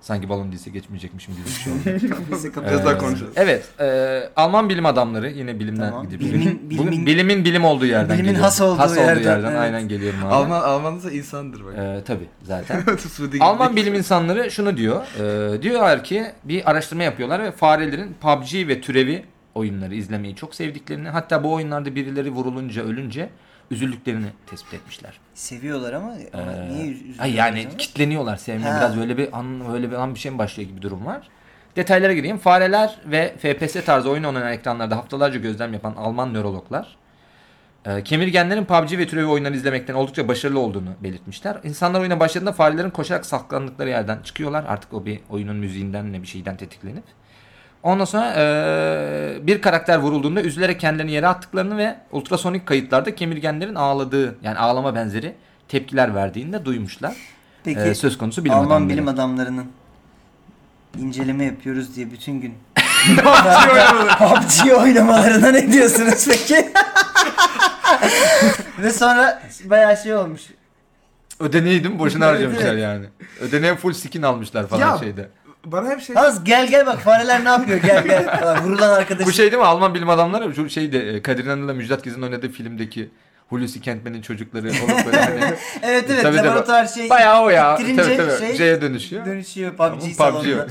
Sanki balon değilse geçmeyecekmişim gibi bir şey oldu. Ee,
Neyse, kapatıyoruz.
Biraz daha konuşalım.
Evet. e, Alman bilim adamları yine bilimden
Tamam.
gidip.
Bilimin-
Bu-
bilimin-
bilimin bilim olduğu yerden
Bilimin
geliyorum.
has olduğu
yerden.
yerden, evet.
aynen geliyorum abi.
Alman Alman da insandır bak.
E, tabii zaten.
Su değil.
Alman bilim insanları şunu diyor. Ee, diyorlar ki bir araştırma yapıyorlar ve farelerin PUBG ve türevi oyunları izlemeyi çok sevdiklerini hatta bu oyunlarda birileri vurulunca ölünce üzüldüklerini tespit etmişler.
Seviyorlar ama ama
Ee,
niye üz- üzülüyorlar
ay yani
acaba?
kitleniyorlar sevmeye
Ha.
biraz öyle bir an öyle bir an bir şey mi başlıyor gibi bir durum var. Detaylara gireyim. Fareler ve FPS tarzı oyun oynanan ekranlarda haftalarca gözlem yapan Alman nörologlar e, kemirgenlerin PUBG ve türevi oyunları izlemekten oldukça başarılı olduğunu belirtmişler. İnsanlar oyuna başladığında farelerin koşarak saklandıkları yerden çıkıyorlar. Artık o bir oyunun müziğinden ne bir şeyden tetiklenip. Ondan sonra e, bir karakter vurulduğunda üzülerek kendilerini yere attıklarını ve ultrasonik kayıtlarda kemirgenlerin ağladığı yani ağlama benzeri tepkiler verdiğini de duymuşlar.
Peki
E, söz konusu bilim
Alman
adamları.
bilim adamlarının inceleme yapıyoruz diye bütün gün PUBG oynamalarına ne diyorsunuz peki? Ve sonra bayağı şey olmuş.
Ödeneği değil mi? Boşuna
Evet,
harcamışlar
evet.
yani. Ödeneğe full skin almışlar falan
Ya,
şeyde.
Bana hep şey...
Yalnız gel gel bak fareler ne yapıyor gel gel falan. Vurulan arkadaş.
Bu şey değil mi? Alman bilim adamları şu şeyde e, Kadir İnanır'la Müjdat Gezin'in oynadığı filmdeki Hulusi Kentmen'in çocukları olup böyle hani
Evet evet
Tabii, tabii.
laboratuvar şey
bayağı o ya.
İttirince
Tabii tabii.
şey-
Şeye dönüşüyor.
dönüşüyor
Ama
PUBG
PUBG.
salonunda.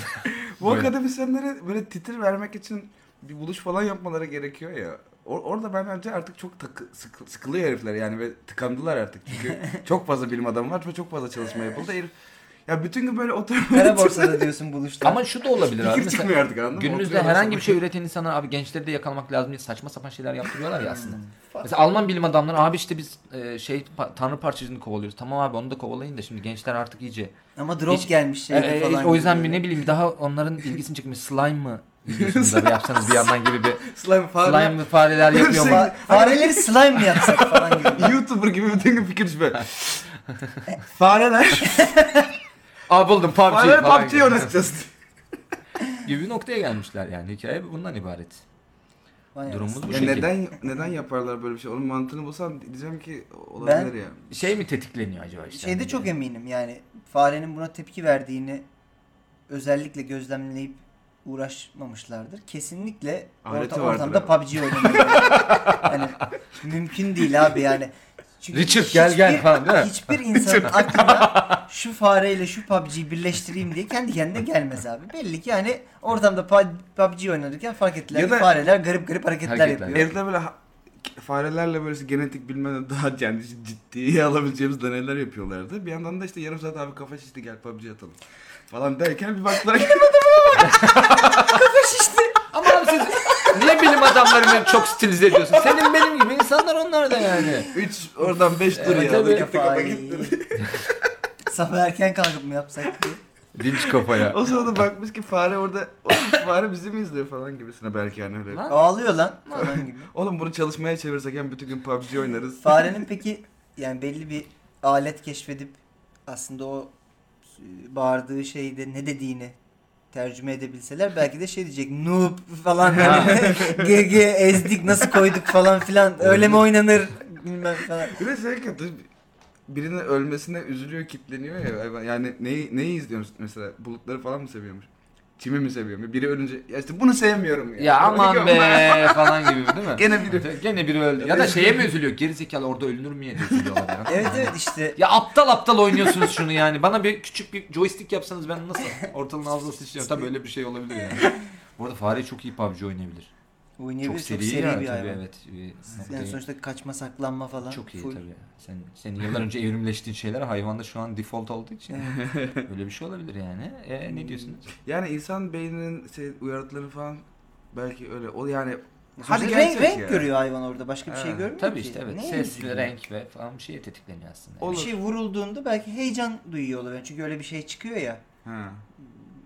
Bu akademisyenlere böyle titir vermek için bir buluş falan yapmaları gerekiyor ya. Or- orada ben bence artık çok takı- sıkı- sıkılıyor herifler yani ve tıkandılar artık. Çünkü çok fazla bilim adamı var ve çok fazla çalışma yapıldı. Herif, ya bütün gün böyle
Kara
oturmaya
borsada diyorsun buluşta.
Ama şu da olabilir abi.
fikir
Mesela
çıkmıyor artık anladın mı?
Günümüzde
Oturuyor
herhangi
mesela.
bir şey üreten insana abi gençleri de yakalamak lazım diye saçma sapan şeyler yaptırıyorlar ya aslında.
Hmm.
Mesela Alman bilim adamları abi işte biz e, şey pa- tanrı parçacığını kovalıyoruz. Tamam abi onu da kovalayın da şimdi gençler artık iyice.
Ama drop
Hiç-
gelmiş şey
E, e,
falan.
o yüzden
gibi.
bir ne bileyim daha onların ilgisini çekmiş slime mı? videosunu da yapsanız bir yandan gibi bir
Slime falan.
slime mi fareler yapıyor mu?
Fa- fareleri slime mi yapsak falan gibi.
şey-
YouTuber gibi bütün gün fikir çıkıyor. Fareler.
Aa buldum PUBG
Fareler
Şey falan
PUBG'yi oynatacağız.
gibi bir noktaya gelmişler yani. Hikaye bundan ibaret.
Vay
Durumumuz
anasını.
bu
Ya
şekilde.
neden neden yaparlar böyle bir şey? Onun mantığını bulsam diyeceğim ki
Ben-
olabilir ya.
Şey mi tetikleniyor acaba işte? Hani
Şeyde çok eminim yani farenin buna tepki verdiğini özellikle gözlemleyip uğraşmamışlardır. Kesinlikle
Aleti
orta,
vardır
ortamda
ama.
PUBG oynamıyor. yani Hani mümkün değil abi yani. Çünkü
Richard gel gel
hiçbir-
falan değil mi?
Hiçbir insanın aklına şu fareyle şu PUBG'yi birleştireyim diye kendi kendine gelmez abi. Belli ki yani ortamda pa- PUBG oynarken fark ettiler
Ya
ki
da-
fareler garip garip hareketler,
Hareketler.
yapıyor.
Evde böyle ha- farelerle böyle işte genetik bilmem ne daha yani ciddiye alabileceğimiz deneyler yapıyorlardı. Bir yandan da işte yarım saat abi kafa şişti gel PUBG atalım falan derken bir baktılar ki
Ama abi siz niye bilim adamlarını hep çok stilize ediyorsun? Senin benim gibi insanlar onlar da yani.
3 oradan 5 dur
Evet,
ya.
tabii.
Tıka tıka tıka tıka.
Sabah erken kalkıp mı yapsak diye.
Dinç kafaya.
O sırada bakmış ki fare orada "Oğlum, fare bizi mi izliyor falan gibisine belki yani öyle.
Lan.
Ağlıyor lan falan gibi.
Oğlum bunu çalışmaya çevirsek hem bütün gün PUBG oynarız.
Farenin peki yani belli bir alet keşfedip aslında o e, bağırdığı şeyde ne dediğini tercüme edebilseler belki de şey diyecek noob falan hani GG ezdik nasıl koyduk falan filan öyle mi oynanır bilmem falan.
Bir de şey kötü. Birinin ölmesine üzülüyor, kitleniyor ya. hayvan. Yani neyi, neyi izliyormuş mesela? Bulutları falan mı seviyormuş? Çimi mi seviyormuş? Biri ölünce ya işte bunu sevmiyorum ya.
Ya aman be falan gibi değil mi?
Gene biri.
Gene biri öldü. Ya da şeye mi üzülüyor? Gerizekalı orada ölünür müye diye üzülüyorlar ya.
Evet evet işte
Ya aptal aptal oynuyorsunuz şunu yani. Bana bir küçük bir joystick yapsanız ben nasıl ortalığın ağzına sıçrıyorum. Tabii öyle bir şey olabilir yani. Bu arada fare çok iyi PUBG oynayabilir.
oynayabilir
Çok
çok seri,
seri, ya, tabii
bir hayvan.
evet. Bir
Yani
noktayı-
sonuçta kaçma saklanma falan.
Çok iyi
full.
tabii. Sen, senin yıllar önce evrimleştiğin şeyler hayvanda şu an default olduğu için öyle bir şey olabilir yani. E,
Hmm,
ne diyorsunuz?
Yani insan beyninin şey, uyarıları falan belki öyle. O yani
Sonuçta renk,
gerçek
renk
ya.
görüyor hayvan orada başka bir şey
Ha,
görmüyor
Tabii
ki.
işte evet.
Neye
Ses,
üzülüyor?
renk ve falan bir şeye tetikleniyor aslında.
O-
Bir şey vurulduğunda belki heyecan duyuyor olabilir. Çünkü öyle bir şey çıkıyor ya.
Ha.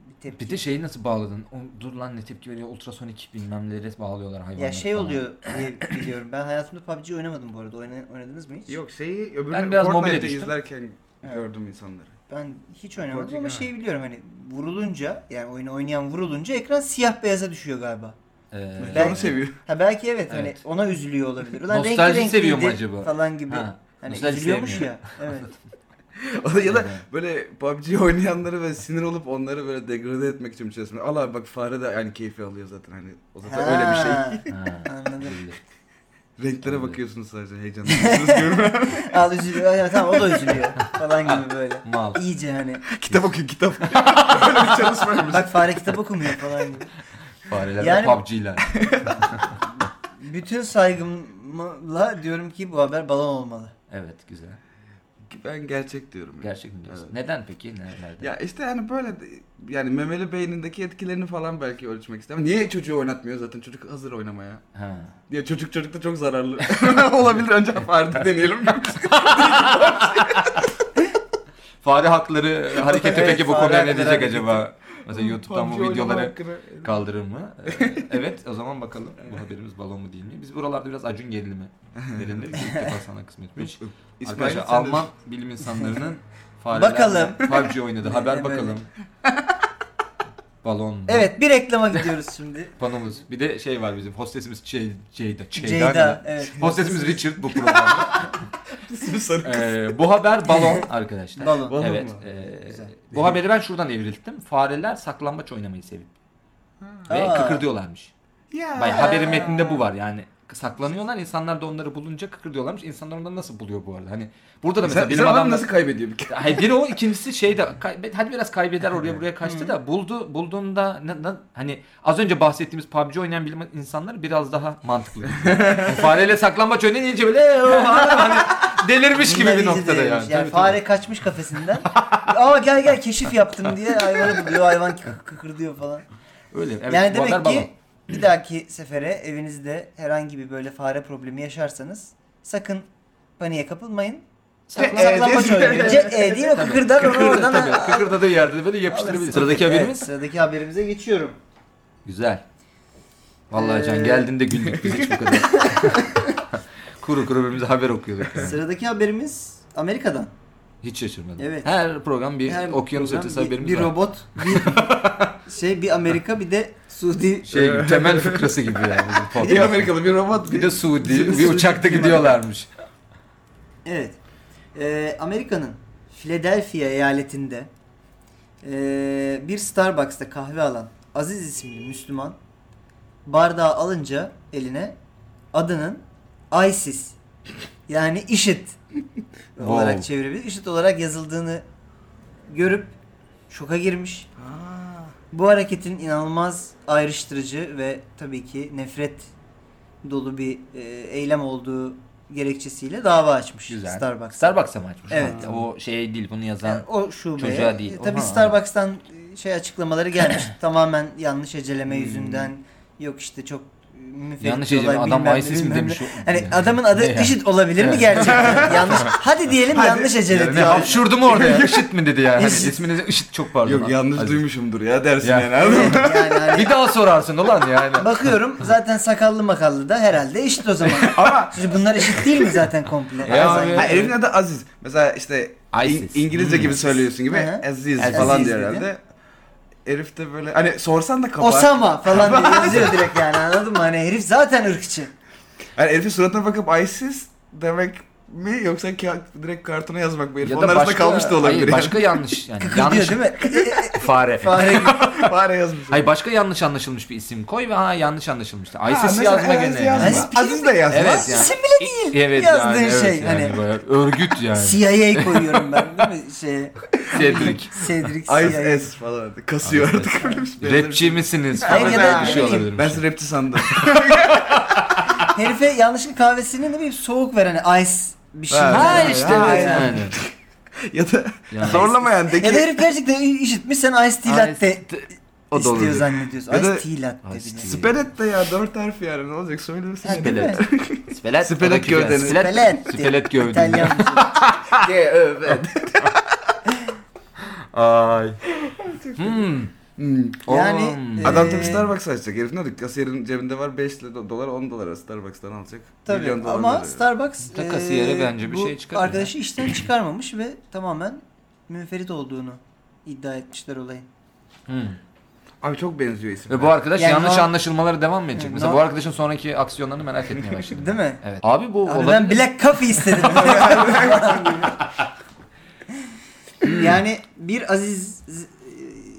Bir
Bir
tepki.
de şey şeyi nasıl bağladın? O- dur lan ne tepki veriyor? Ultrasonik bilmem neleri bağlıyorlar hayvanlara.
Ya şey
falan.
oluyor diye biliyorum. Ben hayatımda PUBG oynamadım bu arada. Oyna- oynadınız mı hiç?
Yok şeyi öbürünü
Ben biraz mobile
Fortnite'da
düştüm.
izlerken
Evet.
gördüm insanları.
Ben hiç oynamadım
PUBG
ama
ha.
şey biliyorum hani vurulunca yani oyunu oynayan vurulunca ekran siyah beyaza düşüyor galiba.
Ee,
Ben-
Onu seviyor.
Ha belki evet, hani
Evet.
ona üzülüyor olabilir. Ulan
Nostalji
renkli renkliydi
seviyor mu acaba?
Falan gibi.
Ha,
Hani
nostalji
üzülüyormuş
sevmiyor.
ya. Evet.
ya da böyle PUBG oynayanları ve sinir olup onları böyle degrade etmek için bir şey söylüyorum. Allah bak fare de yani keyfi alıyor zaten hani. O zaten öyle bir şey.
Ha,
Ha,
Anladım.
olabilir.
Renklere
Tabii.
bakıyorsunuz sadece heyecanlanıyorsunuz görmüyorum.
Al üzülüyor. Ya, tamam o da üzülüyor. Falan gibi böyle.
Mal.
İyice hani.
kitap okuyun kitap. Böyle bir çalışma yapmış.
Bak fare kitap okumuyor falan gibi.
Fareler
Yani-
ve PUBG'ler.
Bütün saygımla diyorum ki bu haber balon olmalı.
Evet güzel.
Ben gerçek diyorum. ya.
Gerçek mi diyorsun?
Evet.
Neden peki? Ne- Nerede?
Ya işte yani böyle de- yani memeli beynindeki etkilerini falan belki ölçmek istemem. Niye çocuğu oynatmıyor zaten çocuk hazır oynamaya.
Ha.
Ya çocuk çocuk da çok zararlı. Olabilir önce farede deneyelim.
Fare hakları hareketi
Evet,
peki bu
fare
konuya ne
hakları
diyecek
hareketi.
acaba? Mesela YouTube'dan
PUBG
bu
oynama
videoları
hakkını-
Kaldırır mı? Ee, evet o zaman bakalım bu haberimiz balon mu değil mi? Biz buralarda biraz Acun gerilimi verildi. İlk defa sana kısmetmiş.
İsmail,
Arkadaşlar
sen de-
Alman bilim insanlarının farelerle
Bakalım.
PUBG oynadı.
Ne- ne
Haber
böyle?
bakalım. balon mu?
Evet bir reklama gidiyoruz şimdi.
Panomuz. Bir de şey var bizim hostesimiz Cey- Ceyda. Ceyda.
Ceyda.
mı?
Evet.
Hostesimiz Richard bu programda.
Sarı.
Ee, bu haber balon arkadaşlar.
Balon.
Balon
evet.
mu?
ee,
Güzel.
bu haberi ben şuradan evrilttim. Fareler saklambaç oynamayı sevip ve
Aa.
kıkırdıyorlarmış.
Ya.
Bayağı haberin metninde bu var yani. Saklanıyorlar, insanlar da onları bulunca kıkırdıyorlarmış. İnsanlar onları nasıl buluyor bu arada? Hani burada da mesela
E Sen,
bilim
bizim adam
adamları-
nasıl kaybediyor bir kere?
Hayır biri o ikincisi şey de kaybet, hadi biraz kaybeder oraya buraya kaçtı da buldu bulduğunda na- na- hani az önce bahsettiğimiz PUBG oynayan bilim insanları biraz daha mantıklı. Yani fareyle saklanmaç oynayınca böyle "Ee, o falan" hani delirmiş gibi
Bunlar
bir
iyice
noktada
delirmiş.
yani. Tabii,
fare kaçmış kafesinden. Aa gel gel keşif yaptım diye hayvanı buluyor. Hayvan kı- kıkırdıyor falan.
tabii. Öyle. Evet,
yani
bu
demek
haber
ki
balon.
bir dahaki sefere evinizde herhangi bir böyle fare problemi yaşarsanız sakın paniğe kapılmayın. Saklan,
E,
saklanmaç
diye-
oynayın. Ce- E değil mi? Kıkırdar onu
Kıkırdı,
oradan.
tabii.
Aa,
Kıkırdadığı yerde böyle
alırsın.
yapıştırabilir. Sıradaki
Evet,
haberimiz.
Sıradaki haberimize geçiyorum.
Güzel. Vallahi
Ee,
Can geldiğinde güldük biz hiç bu kadar. kuru kuru birbirimize haber okuyorduk. yani.
Sıradaki haberimiz Amerika'dan.
Hiç şaşırmadım.
Evet.
Her program bir
Her
okyanus
program
ötesi
bir-
haberimiz
Bir
var.
robot, bir şey bir Amerika bir de Suudi.
Şey gibi, temel fıkrası gibi yani. bizim podcast.
Bir Amerikalı bir robot
bir de Suudi bir uçakta gidiyorlarmış.
Evet. Ee, Amerika'nın Philadelphia eyaletinde ee, bir Starbucks'ta kahve alan Aziz isimli Müslüman bardağı alınca eline adının ISIS yani IŞİD olarak
Wow.
çevirebilir. IŞİD olarak yazıldığını görüp şoka girmiş. Bu hareketin inanılmaz ayrıştırıcı ve tabii ki nefret dolu bir e, eylem olduğu gerekçesiyle dava açmış
Güzel.
Starbucks.
Starbucks'a mı açmış?
Evet.
Ha, O şey değil bunu
Yani
yazan.
E, o şubeye.
çocuğa değil.
e, Tabii
Oha.
Starbucks'tan e, şey açıklamaları gelmiş. tamamen yanlış eceleme yüzünden. Yok işte çok e, müfettiş
Hmm. Yanlış edeceğim
olay,
adam
bilmem ne,
ISIS mi
bilmem
demiş?
ne.
o-
Hani
yani.
adamın adı
Ne ya?
IŞİD olabilir mi gerçekten? yanlış. Hadi diyelim
Hadi.
yanlış
Yani
eceledi.
ne
Yani.
hapşurdum orada ya. IŞİD mi dedi yani? Hani
IŞİD.
isminizi IŞİD çok pardon.
Yok yanlış
Aziz.
duymuşumdur ya dersin
Ya.
yani. anladın mı?
Yani hani
Bir daha sorarsın ulan yani.
bakıyorum zaten sakallı makallı da herhalde IŞİD o zaman.
Ama
Şimdi bunlar eşit değil mi zaten komple?
Ya
Zaten-
abi.
ha, herifin adı Aziz. Mesela işte İng-
ISIS.
İngilizce
Hmm.
gibi söylüyorsun gibi
Hı hı.
Aziz
Aziz
falan diyor
dedi.
herhalde. Herif de böyle hani sorsan da kapar.
Osama falan diye yazıyor direkt yani anladın mı? Hani herif zaten ırkçı.
Yani herifin suratına bakıp ISIS demek mi yoksa ka- direkt kartona yazmak mı? Herif
Ya
Onlar
da
arasında
başka,
kalmış da olabilir.
hayır,
yani.
başka yanlış yani.
Kıkır
yanlış
diyor değil mi?
Fare.
Fare gibi.
Fare yazmış.
Hayır başka yanlış anlaşılmış bir isim koy ve ha yanlış anlaşılmıştı.
Ha,
ISIS
mesela
yazma
Aziz
gene.
yazma.
yani.
Aziz-
Aziz de yazma.
Evet yani.
İsim bile değil.
Evet
Yazdığın
yani,
şey
evet,
hani.
yani bayağı örgüt yani.
CIA koyuyorum ben değil mi? Şey,
Cedric.
Cedric CIA.
ISS falan artık kasıyor
ISS.
artık böyle bir şey. Böyle bir
Rapçi
şey.
misiniz?
Hayır,
Falan
ya
böyle
da
bir şey
ne bileyim,
olabilir.
Ben sizi rapçi sandım.
Herife yanlışlıkla kahvesini ne bileyim soğuk veren hani ice bir şey.
Ha,
Ha,
Ha
Yani,
işte
aynen.
yani.
ya da
Yani.
zorlamayan de
ya da
ki
herif gerçekten işitmiş sen ice tea latte
O da
istiyor
olabilir.
zannediyorsun.
Ya da-
Ice tea latte
Ice
bile.
tea.
Spelet de ya dört harf yani ne olacak söylersin.
Ha,
yani.
değil mi?
Spelet.
Spelet
o da güzel.
gövdeniz.
Spelet. Spelet gövdeni.
İtalyan bir şey.
Ge- evet.
Ay. Hmm.
Hmm.
Yani
Hmm.
e,
Adam tabii Starbucks açacak. Herif ne diyor? Kasiyerin cebinde var 5 dolar 10 dolar Starbucks'tan alacak.
Tabii
Milyon dolar
ama
veriyor.
Starbucks e,
Ta kasiyere bence bir
bu
şey çıkarır
Arkadaşı işten çıkarmamış ve tamamen münferit olduğunu iddia etmişler olayı.
Hmm.
Abi çok benziyor isim.
Ve E bu arkadaş
Yani
yanlış
no-
anlaşılmaları devam mı edecek?
Evet,
Mesela
no-
bu arkadaşın sonraki aksiyonlarını merak etmeye başladım.
Değil mi?
Evet. Abi bu
Abi
olabilir.
ben black coffee istedim. yani bir Aziz e,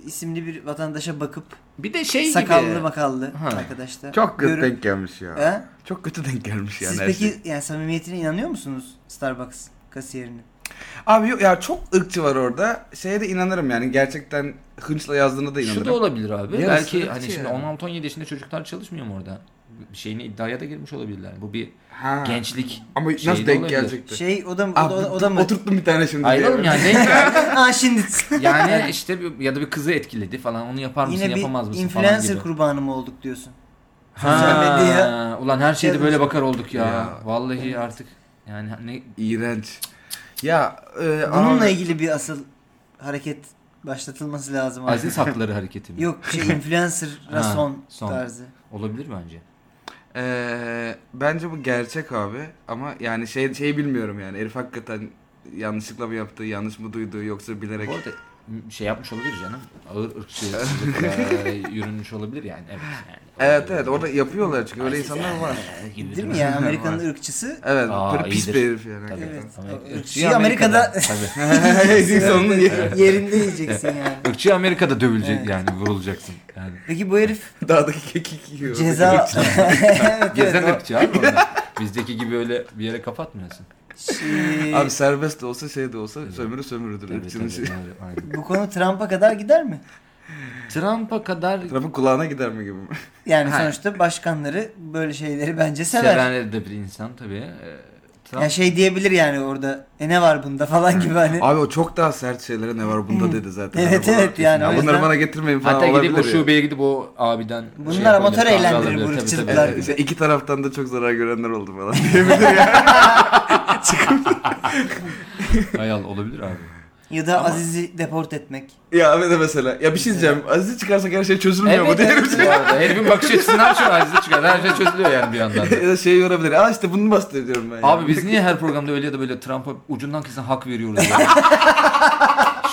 isimli bir vatandaşa bakıp
Bir de şey
sakallı
gibi.
makallı
Ha.
arkadaşlar.
Çok kötü
görüp-
denk gelmiş ya.
He?
Çok kötü denk gelmiş yani.
Siz
her
peki
şey.
yani samimiyetine inanıyor musunuz Starbucks kasiyerinin?
Abi yok ya çok ırkçı var orada. Şeye de inanırım yani gerçekten hınçla yazdığına da inanırım.
Şu da olabilir abi.
Yarısı
Belki
ırkçı
hani şimdi
yani.
16-17 yaşında çocuklar çalışmıyor mu orada? Bir şeyine iddiaya da girmiş olabilirler. Bu bir
Ha.
gençlik.
Ama
şeyi
nasıl
de
denk
olabilir.
gelecekti?
Şey o da mı? O
Abi,
da, o da mı?
Oturttum bir tane şimdi.
Hayır
diye.
oğlum yani denk geldi.
Aa şimdi.
Yani işte bir- ya da bir kızı etkiledi falan onu yapar mısın
Yine bir
yapamaz mısın falan
influencer
gibi.
kurbanı mı olduk diyorsun? sosyal medya-
Ha, ulan her şeyde böyle bakar olduk ya.
Ya.
Vallahi artık yani ne
İğrenç. Ya e,
Bununla
abi-
ilgili bir asıl hareket başlatılması lazım abi.
Aziz hakları hareketi mi?
Yok şey influencer'a
Ha,
son,
son.
tarzı.
Olabilir bence.
Ee, bence bu gerçek abi ama yani şey şey bilmiyorum yani herif hakikaten yanlışlıkla mı yaptığı yanlış mı duyduğu yoksa bilerek
Bu arada şey yapmış olabilir canım. Ağır ırkçılıkla yürünmüş olabilir yani. Evet yani. E,
Evet evet orada yapıyorlar çünkü öyle insanlar var.
Gibi
Değil mi
durum.
ya Amerika'nın ırkçısı?
Evet
Aa,
böyle pis
iyidir.
bir herif yani.
Evet.
Amerika-
Irkçıyı Amerika'da
Tabii.
Hepsinin sonunu ye.
yerinde yiyeceksin yani.
Irkçı Amerika'da dövülecek yani vurulacaksın. Yani.
Peki bu herif
Dağdaki kekik yiyor.
ceza Evet,
Gezen
evet,
ırkçı abi onlar. Bizdeki gibi öyle bir yere kapatmıyorsun.
o- Şey,
Abi serbest de olsa şey de olsa sömürü sömürüdür.
Tabii,
Irkçının
tabii,
şeyi.
doğru, aynen.
bu konu Trump'a kadar gider mi?
Trump'a kadar
Trafik kulağına gider mi gibi mi?
Yani
Ha.
sonuçta başkanları böyle şeyleri bence sever.
seven de bir insan tabii. Ee, Trump
Yani şey diyebilir yani orada e ne var bunda falan gibi hani.
Abi o çok daha sert şeylere ne var bunda dedi zaten.
Evet,
Hani bu-
evet, yani
Ya
o
bunları
yüzden-
bana getirmeyin falan
Hatta gidip
olabilir
o
ya.
şubeye gidip o abiden şey
Bunlar
yapabilir,
amatör
kahve
eğlendirir
alabilir.
bu
Tabii, tabii,
ırkçılıklar.
tabii.
Evet, işte iki taraftan da çok zarar görenler oldu falan diyebilir ya.
Hayal olabilir abi.
Ya da
Ama-
Aziz'i deport etmek.
ya abi de mesela. Ya bir şey diyeceğim. Aziz çıkarsak her şey çözülmüyor mu diyelim.
bu arada. Herifin bakış açısından şu Aziz'e çıkar. Her şey çözülüyor yani bir yandan. da.
ya da şey yorabilir. Aa işte bunu bahsediyorum ben. ya.
Abi biz niye her programda öyle ya da böyle Trump'a ucundan kesin hak veriyoruz ya?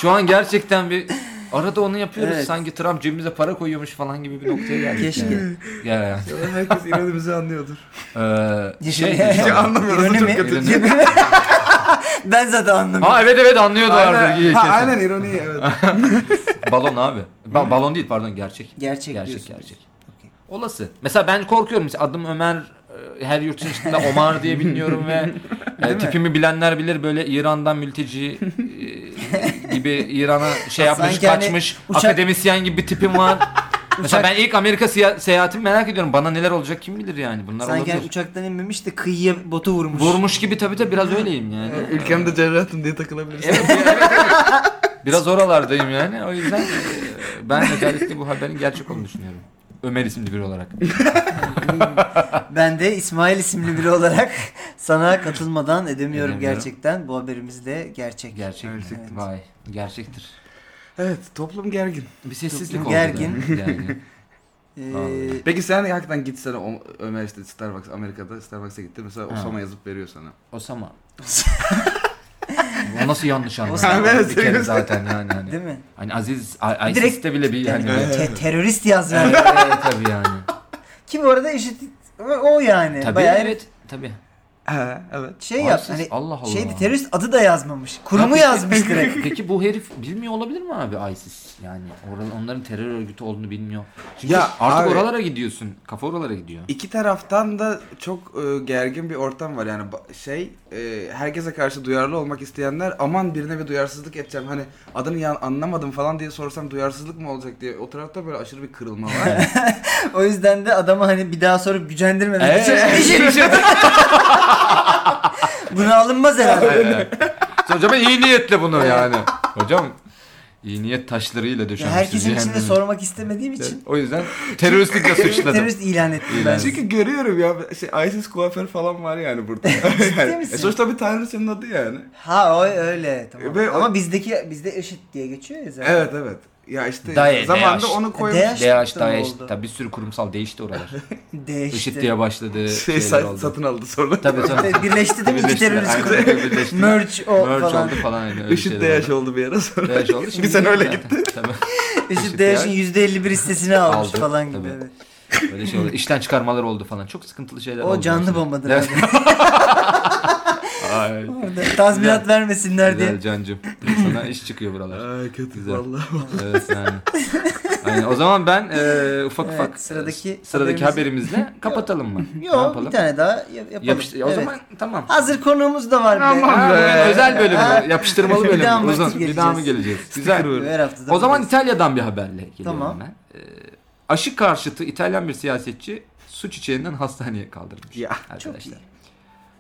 şu an gerçekten bir arada onu yapıyoruz.
Evet.
Sanki Trump cebimize para koyuyormuş falan gibi bir noktaya geldik.
Keşke.
Yani. Ya,
Ya Herkes inanımızı anlıyordur.
Ee, şey,
Hiç anlamıyoruz.
İroni
Çok
mi?
kötü.
İroni.
ben zaten anlamıyorum.
ha evet evet anlıyordu artık.
Aynen,
İyi,
ha,
kesin.
aynen ironi evet.
Balon abi. Ba- balon değil pardon gerçek.
Gerçek
Gerçek
diyorsun.
gerçek.
Okey.
Olası. Mesela ben korkuyorum. Mesela adım Ömer e, her yurtun içinde Omar diye biliniyorum ve e, tipimi bilenler bilir böyle İran'dan mülteci e, gibi İran'a şey yapmış
Sanki hani
kaçmış
uçak-
akademisyen gibi bir tipim var. Mesela
Uçak-
ben ilk Amerika siya- seyahatimi merak ediyorum. Bana neler olacak kim bilir yani. Bunlar
Sanki hani
olabilir.
uçaktan inmemiş de kıyıya botu vurmuş.
Vurmuş gibi tabii de biraz öyleyim yani.
Ee,
Ülkemde cerrahtım diye takılabilirsin.
Evet, evet, evet. Biraz oralardayım yani. O yüzden e, ben özellikle bu haberin gerçek olduğunu düşünüyorum. Ömer isimli biri olarak.
Ben de İsmail isimli biri olarak sana katılmadan edemiyorum
Edemiyorum.
gerçekten. Bu haberimiz de gerçek.
Gerçek. mi?
Gerçektir.
Vay. Gerçektir.
Evet toplum gergin.
Bir sessizlik
Çok
oldu.
gergin.
da Yani.
Ee,
Vallahi.
Peki sen hakikaten gitsen o- Ömer işte Starbucks Amerika'da Starbucks'a gitti mesela Osama yazıp veriyor sana.
Osama. o nasıl yanlış
Osama.
anlaşıldı? bir kere zaten yani. Hani,
değil mi?
hani Aziz, I-
Direkt-
ISIS'te bile bir
Yani
yani.
böyle
evet,
te- terörist yaz yani.
evet, tabii yani.
Ki bu arada işit o yani.
Tabii
Bayağı
evet. Tabii.
He evet.
şey
Abi
yap
siz-
hani
Allah Allah.
şeydi terörist adı da yazmamış. Kurumu
Tabii.
yazmış direkt.
Peki bu herif bilmiyor olabilir mi abi ISIS? Yani oran- onların terör örgütü olduğunu bilmiyor. Çünkü
Ya
artık
abi-
oralara gidiyorsun. Kafa oralara gidiyor.
İki taraftan da çok e, gergin bir ortam var yani ba- şey e, herkese karşı duyarlı olmak isteyenler aman birine bir duyarsızlık yapacağım hani adını ya- anlamadım falan diye sorsam duyarsızlık mı olacak diye o tarafta böyle aşırı bir kırılma var.
o yüzden de adamı hani bir daha sorup gücendirmeden
Evet. şey,
İşin- işin- şey- Buna alınmaz herhalde.
Hocam iyi niyetle bunu yani. Hocam iyi niyet taşlarıyla
Ya
döşemişsiniz.
herkesin
yani.
içinde sormak istemediğim için
O yüzden teröristlikle suçladım.
terörist ilan ettim ben.
İlan.
Çünkü görüyorum ya şey ISIS kuaför falan var yani burada. yani,
misin?
e, sonuçta bir tanrıçanın adı yani.
Ha o öyle tamam.
Ve-
Ama bizdeki bizde IŞİD diye geçiyor ya zaten.
Evet evet. Ya işte
Dae-
zamanında
Daesh.
E,
onu koymuş.
Daesh
DH,
tam
DAEŞ,
oldu.
tabii bir sürü kurumsal değişti oralar.
Değişti.
IŞİD diye başladı.
şey
şeyler
sa-
oldu.
satın aldı sonra.
Tabii tabii.
İşte Şey, Birleşti değil mi iki
Birleştiler,
terörist
aynen,
grubu?
birleştiler.
Merge o
Merge
falan.
oldu falan. Yani, öyle
IŞİD
şeyler
DAEŞ
oldu.
oldu bir ara sonra.
DAEŞ oldu. Şimdi
Bir sene öyle
zaten. Tabii.
IŞİD
IŞİD
DAEŞ'in
yani.
%51 hissesini almış
Aldı,
falan gibi.
tabii.
Evet.
Öyle şey oldu. İşten çıkarmalar oldu falan. Çok sıkıntılı şeyler oldu.
O canlı
aslında.
bombadır
Evet.
abi.
Ay.
Orada tazminat vermesinler diye.
Güzel cancım. Sana iş çıkıyor buralar.
Ay kötü
Güzel.
vallahi.
Evet yani. Aynen. O zaman ben e, ufak
Evet,
ufak
sıradaki
e, sıradaki
haberimizi-
haberimizle kapatalım mı? Ne
Yok
yapalım?
bir tane daha yap- yapalım.
Yapıştı- O
Evet.
zaman tamam.
Hazır konuğumuz da var. be.
Aman
Ha,
be.
bugün özel bölüm
Ha.
bu. Yapıştırmalı
Bir
bölüm.
daha mı
Uzun.
geleceğiz?
Bir daha mı geleceğiz? Güzel.
Her hafta da
O zaman
buradayız.
İtalya'dan bir haberle geliyorum
Tamam.
ben. Ee, aşı karşıtı İtalyan bir siyasetçi su çiçeğinden hastaneye kaldırılmış.
Ya,
arkadaşlar.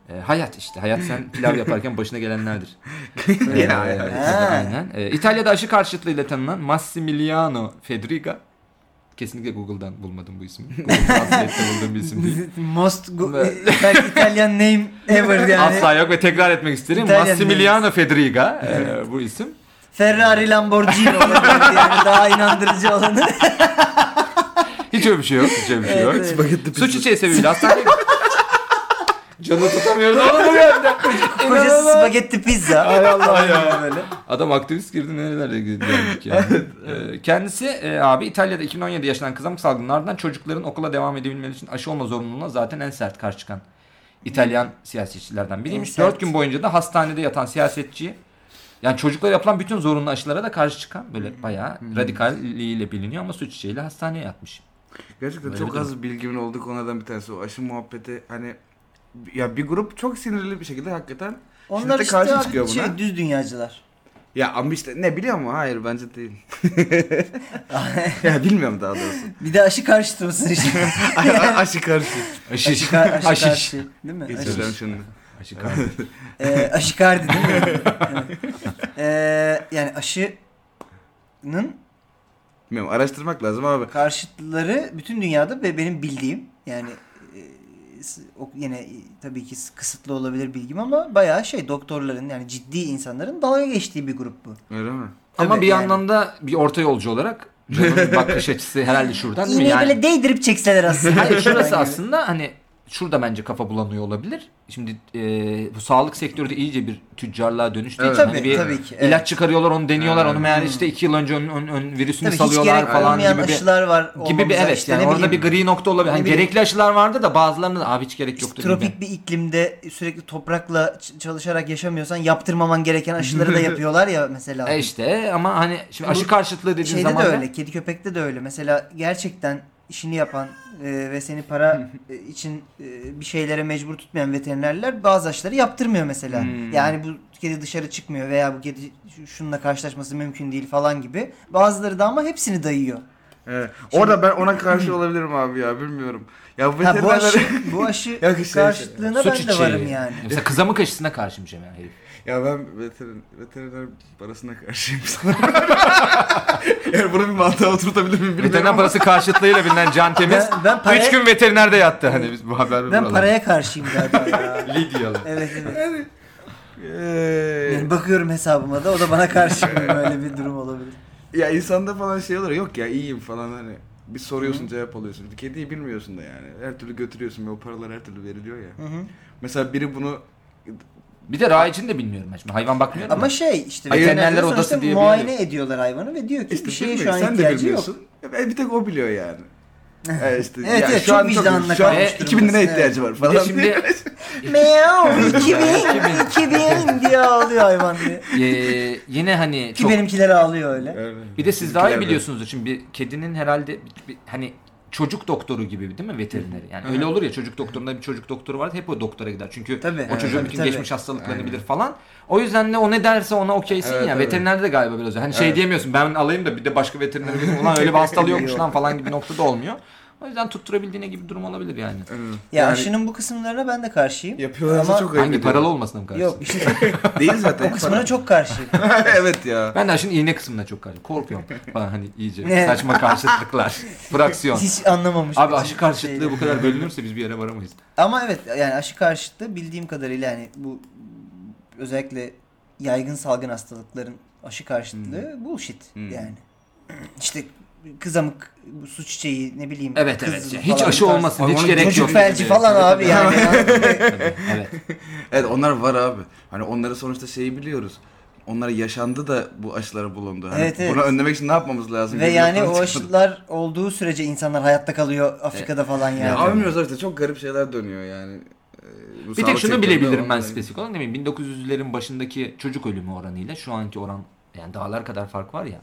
Ee, hayat işte. Hayat sen pilav yaparken başına gelenlerdir.
Yine
Ee,
hayat.
tabii,
Ha.
aynen. Ee, İtalya'da aşı karşıtlığıyla tanınan Massimiliano Fedriga. Kesinlikle Google'dan bulmadım bu ismi. Google Translate'te bulduğum bir isim değil.
Most go-
Evet.
Ital- Italian name ever yani.
Asla yok ve tekrar etmek isterim.
İtalyan
Massimiliano Fedriga e, bu isim.
Ferrari Lamborghini olabilir yani daha inandırıcı olanı.
Hiç öyle bir şey yok. Hiç öyle bir şey
Evet,
yok.
evet.
Spagetti
Su
pizza.
çiçeği sebebiyle hastaneye... Canı tutamıyoruz onu bu yönde.
Kocası spagetti pizza.
Ay Allah ya.
Böyle.
Adam aktivist girdi nerelere geldik yani. Ee, kendisi e, abi İtalya'da 2017 yaşanan kızamık salgının ardından çocukların okula devam edebilmeleri için aşı olma zorunluluğuna zaten en sert karşı çıkan İtalyan siyasetçilerden biriymiş.
En sert.
4 gün boyunca da hastanede yatan siyasetçi yani çocuklara yapılan bütün zorunlu aşılara da karşı çıkan böyle bayağı radikalliğiyle biliniyor ama suç içeğiyle hastaneye yatmış.
Gerçekten
Öyle
çok
değil
az bilgimin olduğu konulardan bir tanesi o aşı muhabbeti. Hani ya bir grup çok sinirli bir şekilde hakikaten
Onlar
Şiddete
işte
karşı
abi
çıkıyor
şey,
buna.
düz dünyacılar.
ya ama işte ne biliyor mu? Hayır bence değil. ya bilmiyorum daha doğrusu.
Bir de aşı karşıtı mısın işte?
A- a- aşı karşı.
Aşış.
Aşı, aşı
Aşış.
karşı. Değil mi? Aşı,
Geçeceğim şimdi.
Aşı karşı.
e, aşı kardı değil mi? Evet. E, yani aşının
Bilmiyorum araştırmak lazım abi.
karşıtları bütün dünyada ve benim bildiğim yani e, s- o- yine e, tabii ki s- kısıtlı olabilir bilgim ama bayağı şey doktorların yani ciddi insanların dalga geçtiği bir grup bu.
Öyle mi?
Ama
Tabii
bir
yani.
yandan da bir orta yolcu olarak Can'ın bakış açısı herhalde şuradan değil mi?
İğneyi
Yani-
böyle değdirip çekseler aslında.
Hayır şurası
Yani-
aslında hani şurada bence kafa bulanıyor olabilir. Şimdi e, bu sağlık sektörü de iyice bir tüccarlığa dönüştü.
Evet.
Hani
Tabii,
bir
tabii ki,
ilaç
evet. Hmm.
çıkarıyorlar onu deniyorlar.
Evet.
Onu meğer işte iki yıl önce onun, onun- onun virüsünü
Tabii hiç
salıyorlar
gerek
falan
olmayan
gibi bir
aşılar var.
gibi bir
olmamıza
evet
işte
yani
ne
orada bir gri
bileyim,
nokta olabilir. Hani
Ne bileyim.
gerekli aşılar vardı da bazılarını da abi hiç gerek
işte
yoktu gibi.
tropik bir iklimde sürekli toprakla ç- çalışarak yaşamıyorsan yaptırmaman gereken aşıları da yapıyorlar ya mesela.
E işte ama hani şimdi
Bu
aşı karşıtlığı dediğin
Şeyde
zaman
de
da-
öyle, kedi köpekte de öyle. Mesela gerçekten işini yapan e, ve seni para e, için e, bir şeylere mecbur tutmayan veterinerler bazı aşıları yaptırmıyor mesela.
Hmm.
Yani bu kedi dışarı çıkmıyor veya bu kedi şu- şununla karşılaşması mümkün değil falan gibi. Bazıları da ama hepsini dayıyor.
Evet. Orada ben ona karşı olabilirim abi ya bilmiyorum. Ya
Ha, bu aşı,
veterinerler...
bu aşı
Yok, şey-
karşıtlığına
suç
ben de
içi.
varım yani.
Mesela kızamık aşısına karşımışım yani herif.
ya ben veterin, veteriner parasına karşıyım sana. yani bunu bir mantığa oturtabilir miyim bilmiyorum
Veteriner
ama-
parası karşıtlığıyla bilinen Can Temiz
Ben- ben paraya-
3 gün veterinerde yattı hani biz bu haber
Ben paraya karşıyım galiba ya.
Lidyalı.
Evet evet.
Eee,
Yani bakıyorum hesabıma da o da bana karşı gibi böyle bir durum olabilir.
ya insanda falan şey olur yok ya iyiyim falan hani bir soruyorsun cevap alıyorsun. Kediyi bilmiyorsun da yani. Her türlü götürüyorsun ve o paralar her türlü veriliyor ya.
Hı hı.
Mesela biri bunu
Bir de rayicini de bilmiyorum ben şimdi. Hayvan bakmıyor
Ama şey işte
Hayır,
veterinerler
veterinerler
odası
odası diye bir yer
muayene ediyorlar hayvanı ve diyor ki
işte
bir şeye şey şu
bilmiyor,
an
sen de
ihtiyacı yok.
bilmiyorsun. Ya bir tek o biliyor yani. Ya işte,
Evet,
ya
evet,
şu
çok
an
vicdanına
şu an
kalmış
2000 lira
durumdasın,
ihtiyacı var
E, Bir de
falan.
şimdi
Meow 2000 2000 diye ağlıyor hayvan diye.
e, yine hani
Ki
çok...
benimkiler ağlıyor öyle.
Evet.
Bir de siz daha iyi
Bizimkiler de.
biliyorsunuzdur. Şimdi bir kedinin herhalde bir- bir- hani çocuk doktoru gibi değil mi veterineri? Yani öyle olur ya çocuk doktorunda bir çocuk doktoru vardı hep o doktora gider. Çünkü
Tabii.
o çocuğun
Tabii,
bütün
tabii.
geçmiş hastalıklarını
Aynen.
bilir falan. O yüzden de o ne derse ona okeysin
Evet,
ya.
evet.
Veterinerde de galiba biraz öyle. Hani şey
Evet.
diyemiyorsun ben alayım da bir de başka veterinere gideyim. Ulan öyle bir hastalığı yokmuş
Yok.
lan falan gibi noktada olmuyor. O yüzden tutturabildiğine gibi durum olabilir yani.
Evet.
Ya
Yani
aşının bu kısımlarına ben de karşıyım.
yapıyorlarsa
Ama-
çok ayıp
Hangi
ediyor.
paralı olmasına mı karşı?
Yok işte
Değil zaten.
o kısmına çok karşıyım.
evet ya.
Ben de aşın iğne kısmına çok karşı. Korkuyorum falan hani iyice
Ne?
saçma karşıtlıklar. Fraksiyon.
Hiç anlamamış.
Abi aşı
Şey-
karşıtlığı bu kadar bölünürse biz bir yere varamayız.
Ama evet yani aşı karşıtı bildiğim kadarıyla yani bu özellikle yaygın salgın hastalıkların aşı karşıtlığı bullshit
Hmm.
yani. İşte kızamık, bu su çiçeği ne bileyim.
Evet
kızıl
evet.
falan
Hiç
bir
aşı
tarz-
olmasın. Hiç
Onun
gerek
Çocuk
yok.
Çok
felci
iyi.
falan
Tabii,
abi
tabii.
yani.
Evet.
Evet onlar var abi. Hani onları sonuçta şeyi biliyoruz. Onlar yaşandı da bu aşılara bulundu. Hani
Evet, evet.
Bunu önlemek için ne yapmamız lazım?
Ve
Gibi
yani o
yapmamız lazım.
aşılar olduğu sürece insanlar hayatta kalıyor Afrika'da falan yani.
Ya, abi bilmiyoruz işte çok garip şeyler dönüyor yani. Ee, bu
Bir tek
sağlık
şunu
sektöründe
bilebilirim ben
olmayan-
spesifik olarak. Ne bileyim 1900'lerin başındaki çocuk ölümü oranıyla şu anki oran yani dağlar kadar fark var ya.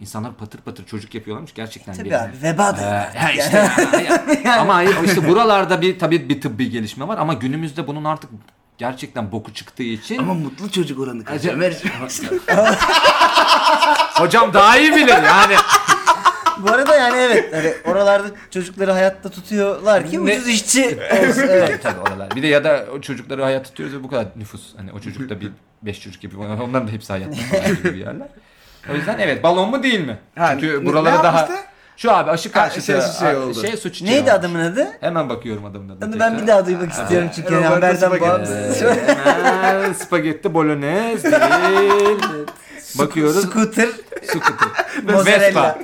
İnsanlar patır patır çocuk yapıyorlarmış gerçekten.
Tabii
bir-
abi veba da.
Ee, ha işte ya, ya. ama hayır, işte buralarda bir tabii bir tıbbi gelişme var ama günümüzde bunun artık gerçekten boku çıktığı için
Ama mutlu çocuk oranı kaç?
Acaba-
Ömer.
hocam daha iyi bilir yani.
Bu arada yani evet hani oralarda çocukları hayatta tutuyorlar ki
Ne-
ucuz işçi olsun. Evet.
Tabii tabii oralar. Bir de ya da o çocukları hayat tutuyoruz ve bu kadar nüfus. Hani o çocukta bir beş çocuk gibi. Onların da hepsi hayatta falan gibi bir yerler. O yüzden evet balon mu değil mi?
Ha,
Çünkü
ne-
buralara
ne
daha...
yapmıştı?
Şu abi aşı
Ha,
karşıtı
şey- şey
a-
oldu.
şey suç içiyor.
Neydi adamın adı?
Hemen bakıyorum adamın adına.
Onu ben
tekrar.
bir daha duymak istiyorum çünkü yani
Roberto
haberden
Spagetti.
bağımsız.
Ee, hemen spagetti bolognese değil. Bakıyoruz.
Scooter,
Scooter. Vespa.
mozzarella.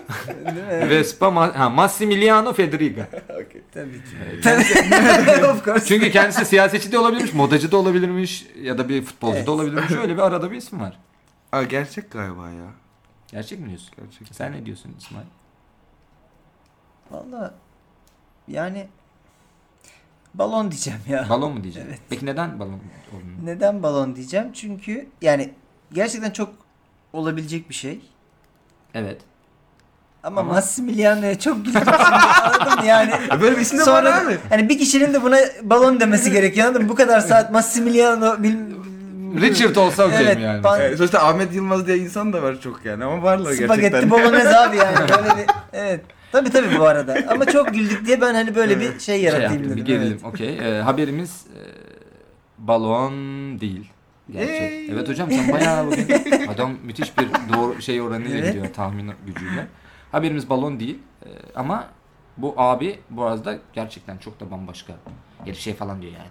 Vespa Ma- ha, Massimiliano Federica.
Okey.
Tabii ki.
of course.
Çünkü kendisi siyasetçi de olabilirmiş, modacı da olabilirmiş ya da bir futbolcu
Evet.
da olabilirmiş. Öyle bir arada bir isim var.
Aa, gerçek galiba ya.
Gerçek mi diyorsun?
Gerçek.
Sen ne diyorsun İsmail?
Valla yani balon diyeceğim ya.
Balon mu diyeceğim?
Evet.
Peki neden balon olduğunu?
Neden balon diyeceğim? Çünkü yani gerçekten çok olabilecek bir şey.
Evet.
Ama,
Ama-
Massimiliano'ya çok gülüyorsun anladın mı yani?
Ya E, böyle bir isim de var abi.
Hani bir kişinin de buna balon demesi gerekiyor anladın mı? Bu kadar saat Massimiliano bil...
Richard olsa okeyim
Evet,
yani.
ban-
Evet, Ee, sonuçta Ahmet Yılmaz diye insan da var çok yani ama varlar gerçekten.
Spagetti bolognese abi yani böyle bir... Evet. Tabii tabii bu arada. Ama çok güldük diye ben hani böyle bir şey
Şey
yaratayım
yaptım,
dedim.
bir
evet.
gerilim. Okey. Ee, haberimiz e, balon değil. Gerçek.
Yay.
Evet hocam sen bayağı bugün adam müthiş bir doğru şey oranıyla
Evet.
gidiyor tahmin gücüyle. Haberimiz balon değil e, ama bu abi bu arada gerçekten çok da bambaşka. Yani şey falan diyor yani.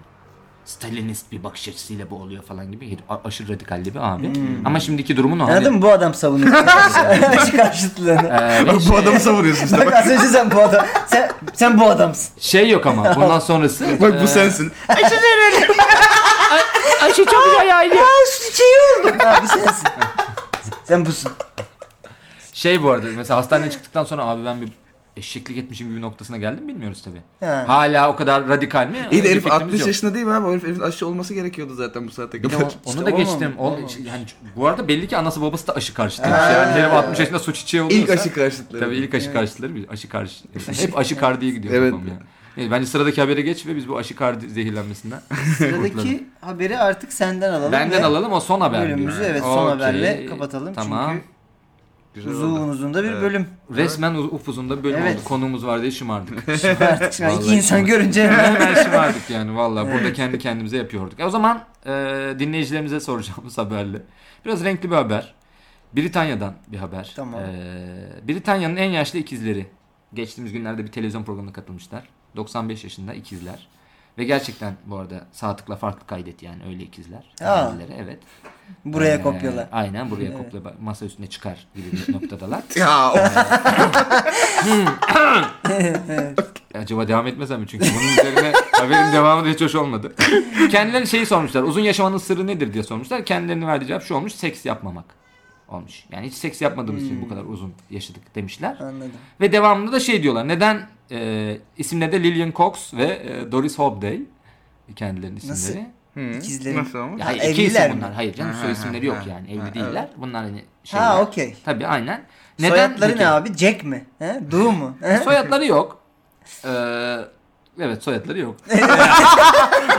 Stalinist bir bakış açısıyla bu oluyor falan gibi. Herif a- aşırı radikalli bir abi.
Hmm.
Ama şimdiki durumun o. hani-
Anladın mı? Bu adam savunuyor. Karşı- karşıtlığını.
Ee, ve
Bak, bu
şey-
adamı savuruyorsun işte
Bak
bak.
az önce sen bu adam. Sen, sen bu adamsın.
Şey yok ama bundan sonrası.
Bak
e,
bu sensin.
Ayşe çok güzel yaylı.
Şey oldum. Abi sensin. sen busun.
Şey bu arada mesela hastaneden çıktıktan sonra abi ben bir eşeklik etmişim gibi noktasına geldim bilmiyoruz tabi.
Ha.
Hala o kadar radikal mi?
İyi de
Ee, Bir
herif
fikrimiz
60
yok.
yaşında değil mi abi? O herif- herifin aşı olması gerekiyordu zaten bu saate
Bir de
kadar.
o- onu da geçtim. O- yani bu arada belli ki anası babası da aşı karşıtıymış. Yani herif 60 yaşında su çiçeği oluyorsa.
İlk aşı karşıtları.
Tabii ilk aşı karşıtları bir aşı karşı. Hep aşı kardiye gidiyor.
Evet.
kafam ya. Neyse, bence sıradaki habere geç ve biz bu aşı kardi zehirlenmesinden.
Sıradaki haberi artık senden alalım.
Benden
ve
alalım o son haber.
Bölümümüzü
diyor.
evet son
Okey,
haberle kapatalım.
Tamam.
Güzel oldu.
Çünkü uzun uzun da bir
Evet.
bölüm.
Resmen uz- upuzunda bölüm
Evet.
oldu. Konuğumuz var diye şımardık.
Şimdi artık şimdi iki
Vallahi
insan
şimdi-
görünce
Hemen şımardık yani valla. Burada kendi kendimize yapıyorduk. E o zaman e, dinleyicilerimize soracağımız haberle. Biraz renkli bir haber. Britanya'dan bir haber.
Tamam.
E, Britanya'nın en yaşlı ikizleri. Geçtiğimiz günlerde bir televizyon programına katılmışlar. 95 yaşında ikizler. Ve gerçekten bu arada sağ tıkla farklı kaydet yani öyle ikizler.
Aa.
Kendileri, Evet.
buraya
E,
kopyala.
Aynen buraya
Evet.
kopyala. Masa üstüne çıkar gibi bir noktadalar.
Ya o-
Acaba devam etmesem mi? Çünkü bunun üzerine haberin devamı da hiç hoş olmadı. Kendilerine şeyi sormuşlar. Uzun yaşamanın sırrı nedir diye sormuşlar. Kendilerine verdiği cevap şu olmuş. Seks yapmamak olmuş. Yani hiç seks yapmadığımız için
Hmm.
bu kadar uzun yaşadık demişler.
Anladım.
Ve devamında da şey diyorlar. Neden e, isimleri de Lillian Cox ve e, Doris Hobday kendilerinin isimleri.
Nasıl?
Hı.
İkizlerin-
Nasıl olmuş?
Ya
Ha,
hayır, iki
evliler
isim
mi?
bunlar. Hayır canım
Ha,
soy
ha,
isimleri
ha,
yok
ha,
yani. Evli
ha,
değiller. Bunlar hani şeyler.
Ha okey.
Tabii aynen. Neden?
Soyadları
Peki?
ne abi? Jack mi? He? Du mu? He?
Soyadları yok. Ee, evet soyadları yok.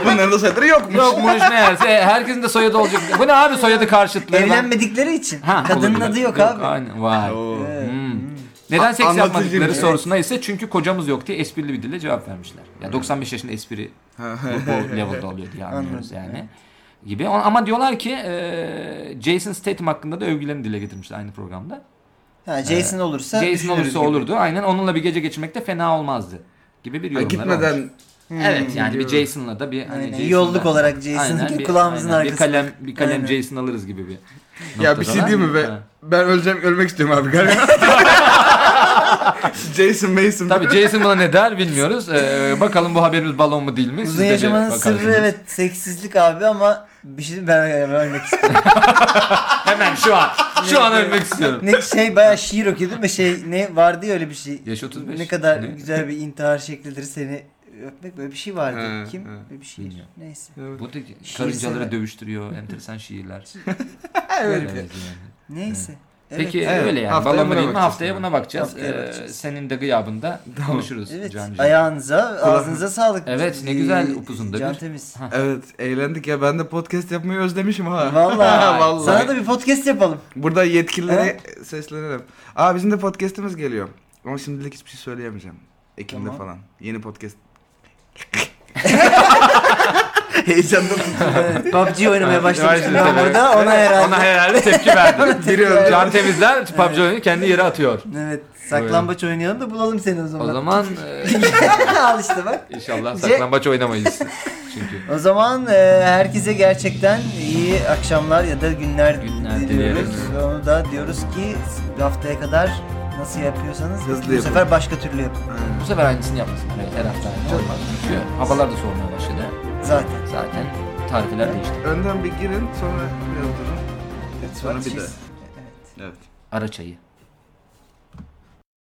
Bunların da sayıları yokmuş.
Yokmuş meğerse Şey, herkesin de soyadı olacak. Bu ne abi soyadı karşıtlığı? lan?
Evlenmedikleri için.
Ha,
Kadının
olabilir.
adı yok, abi.
Aynen vay.
Oo.
Evet.
Hmm. Neden seks
Anlatıcı
yapmadıkları
bir-
sorusuna ise çünkü kocamız yok diye esprili bir dille cevap vermişler. Ya 95 yaşında espri bu, bu level'da oluyor diye anlıyoruz
Anladım,
yani. Gibi. O- Ama diyorlar ki e, Jason Statham hakkında da övgülerini dile getirmişler aynı programda.
Ha, Jason olursa
Jason
düşünürüz
olursa
gibi.
olurdu. Aynen onunla bir gece geçirmek de fena olmazdı gibi bir
Ha,
yorumlar olmuş.
gitmeden
Evet yani bir
biliyorum.
Jason'la da bir hani
Hmm, Aynen,
Jason'la-
yolluk olarak Jason,
bir-
kulağımızın
aynen,
arkasına.
Bir kalem bir kalem
Aynen.
Jason alırız gibi bir.
Ya bir şey
noktada.
diyeyim mi
Ha.
ben? Ben öleceğim, ölmek istiyorum abi galiba. Jason Mason.
Tabii Jason buna ne der bilmiyoruz. Ee, bakalım bu haberimiz balon mu değil mi? Siz
Uzun
de bir
yaşamanın
bakarsınız.
sırrı evet seksizlik abi ama bir şey ben, ben ölmek istiyorum.
Hemen şu an. Şu an ölmek istiyorum.
ne şey bayağı şiir okuyordum ve şey ne vardı ya öyle bir şey.
Yaş 35.
Ne kadar
Ne?
güzel bir intihar şeklidir seni öpmek böyle bir şey vardı.
Ha,
Kim?
ha.
Böyle bir şiir.
Bilmiyorum.
Neyse.
Bu da
Şiirsel.
karıncaları dövüştürüyor. Enteresan şiirler. evet. yani.
Neyse. Evet.
Peki
Evet.
öyle yani.
Haftaya
Balon mu
buna
değil mi?
bakacağız.
Haftaya buna bakacağız.
Haftaya
Ee,
bakacağız.
senin de gıyabında konuşuruz.
Evet.
Cancığım.
Ayağınıza, ağzınıza sağlık.
Evet, ne güzel
Ee,
upuzun da
Can
bir-
temiz.
Ha.
Evet eğlendik ya ben de podcast yapmayı özlemişim ha.
Vallahi.
Vallahi.
Sana da bir podcast yapalım.
Burada yetkililere seslenelim. Aa bizim de podcast'imiz geliyor. Ama şimdilik hiçbir şey söyleyemeyeceğim. Ekim'de
Tamam.
falan. Yeni podcast. Heyecandan
Evet, PUBG oynamaya başlamıştım ben
Evet.
burada. Ona herhalde.
Ona herhalde tepki verdi.
Giriyorum.
Can temizler PUBG oyunu kendi yere atıyor.
Evet. Saklambaç oynayalım da bulalım seni o
O
zaman.
zaman e,
Al işte bak.
inşallah saklambaç oynamayız. Çünkü
O zaman e, herkese gerçekten iyi akşamlar ya da günler,
Günler
diliyoruz.
dileriz.
Onu da diyoruz ki haftaya kadar Nasıl yapıyorsanız
Hızlı
bu
yapın.
sefer başka türlü yapın.
Bu sefer aynısını yapmasın. Her- Her hafta aynı olmaz. Çünkü havalar da soğumaya başladı.
Zaten.
Zaten tarifler değişti.
Önden bir girin sonra biraz durun. Sonra bir de.
Evet.
Evet.
Ara çayı.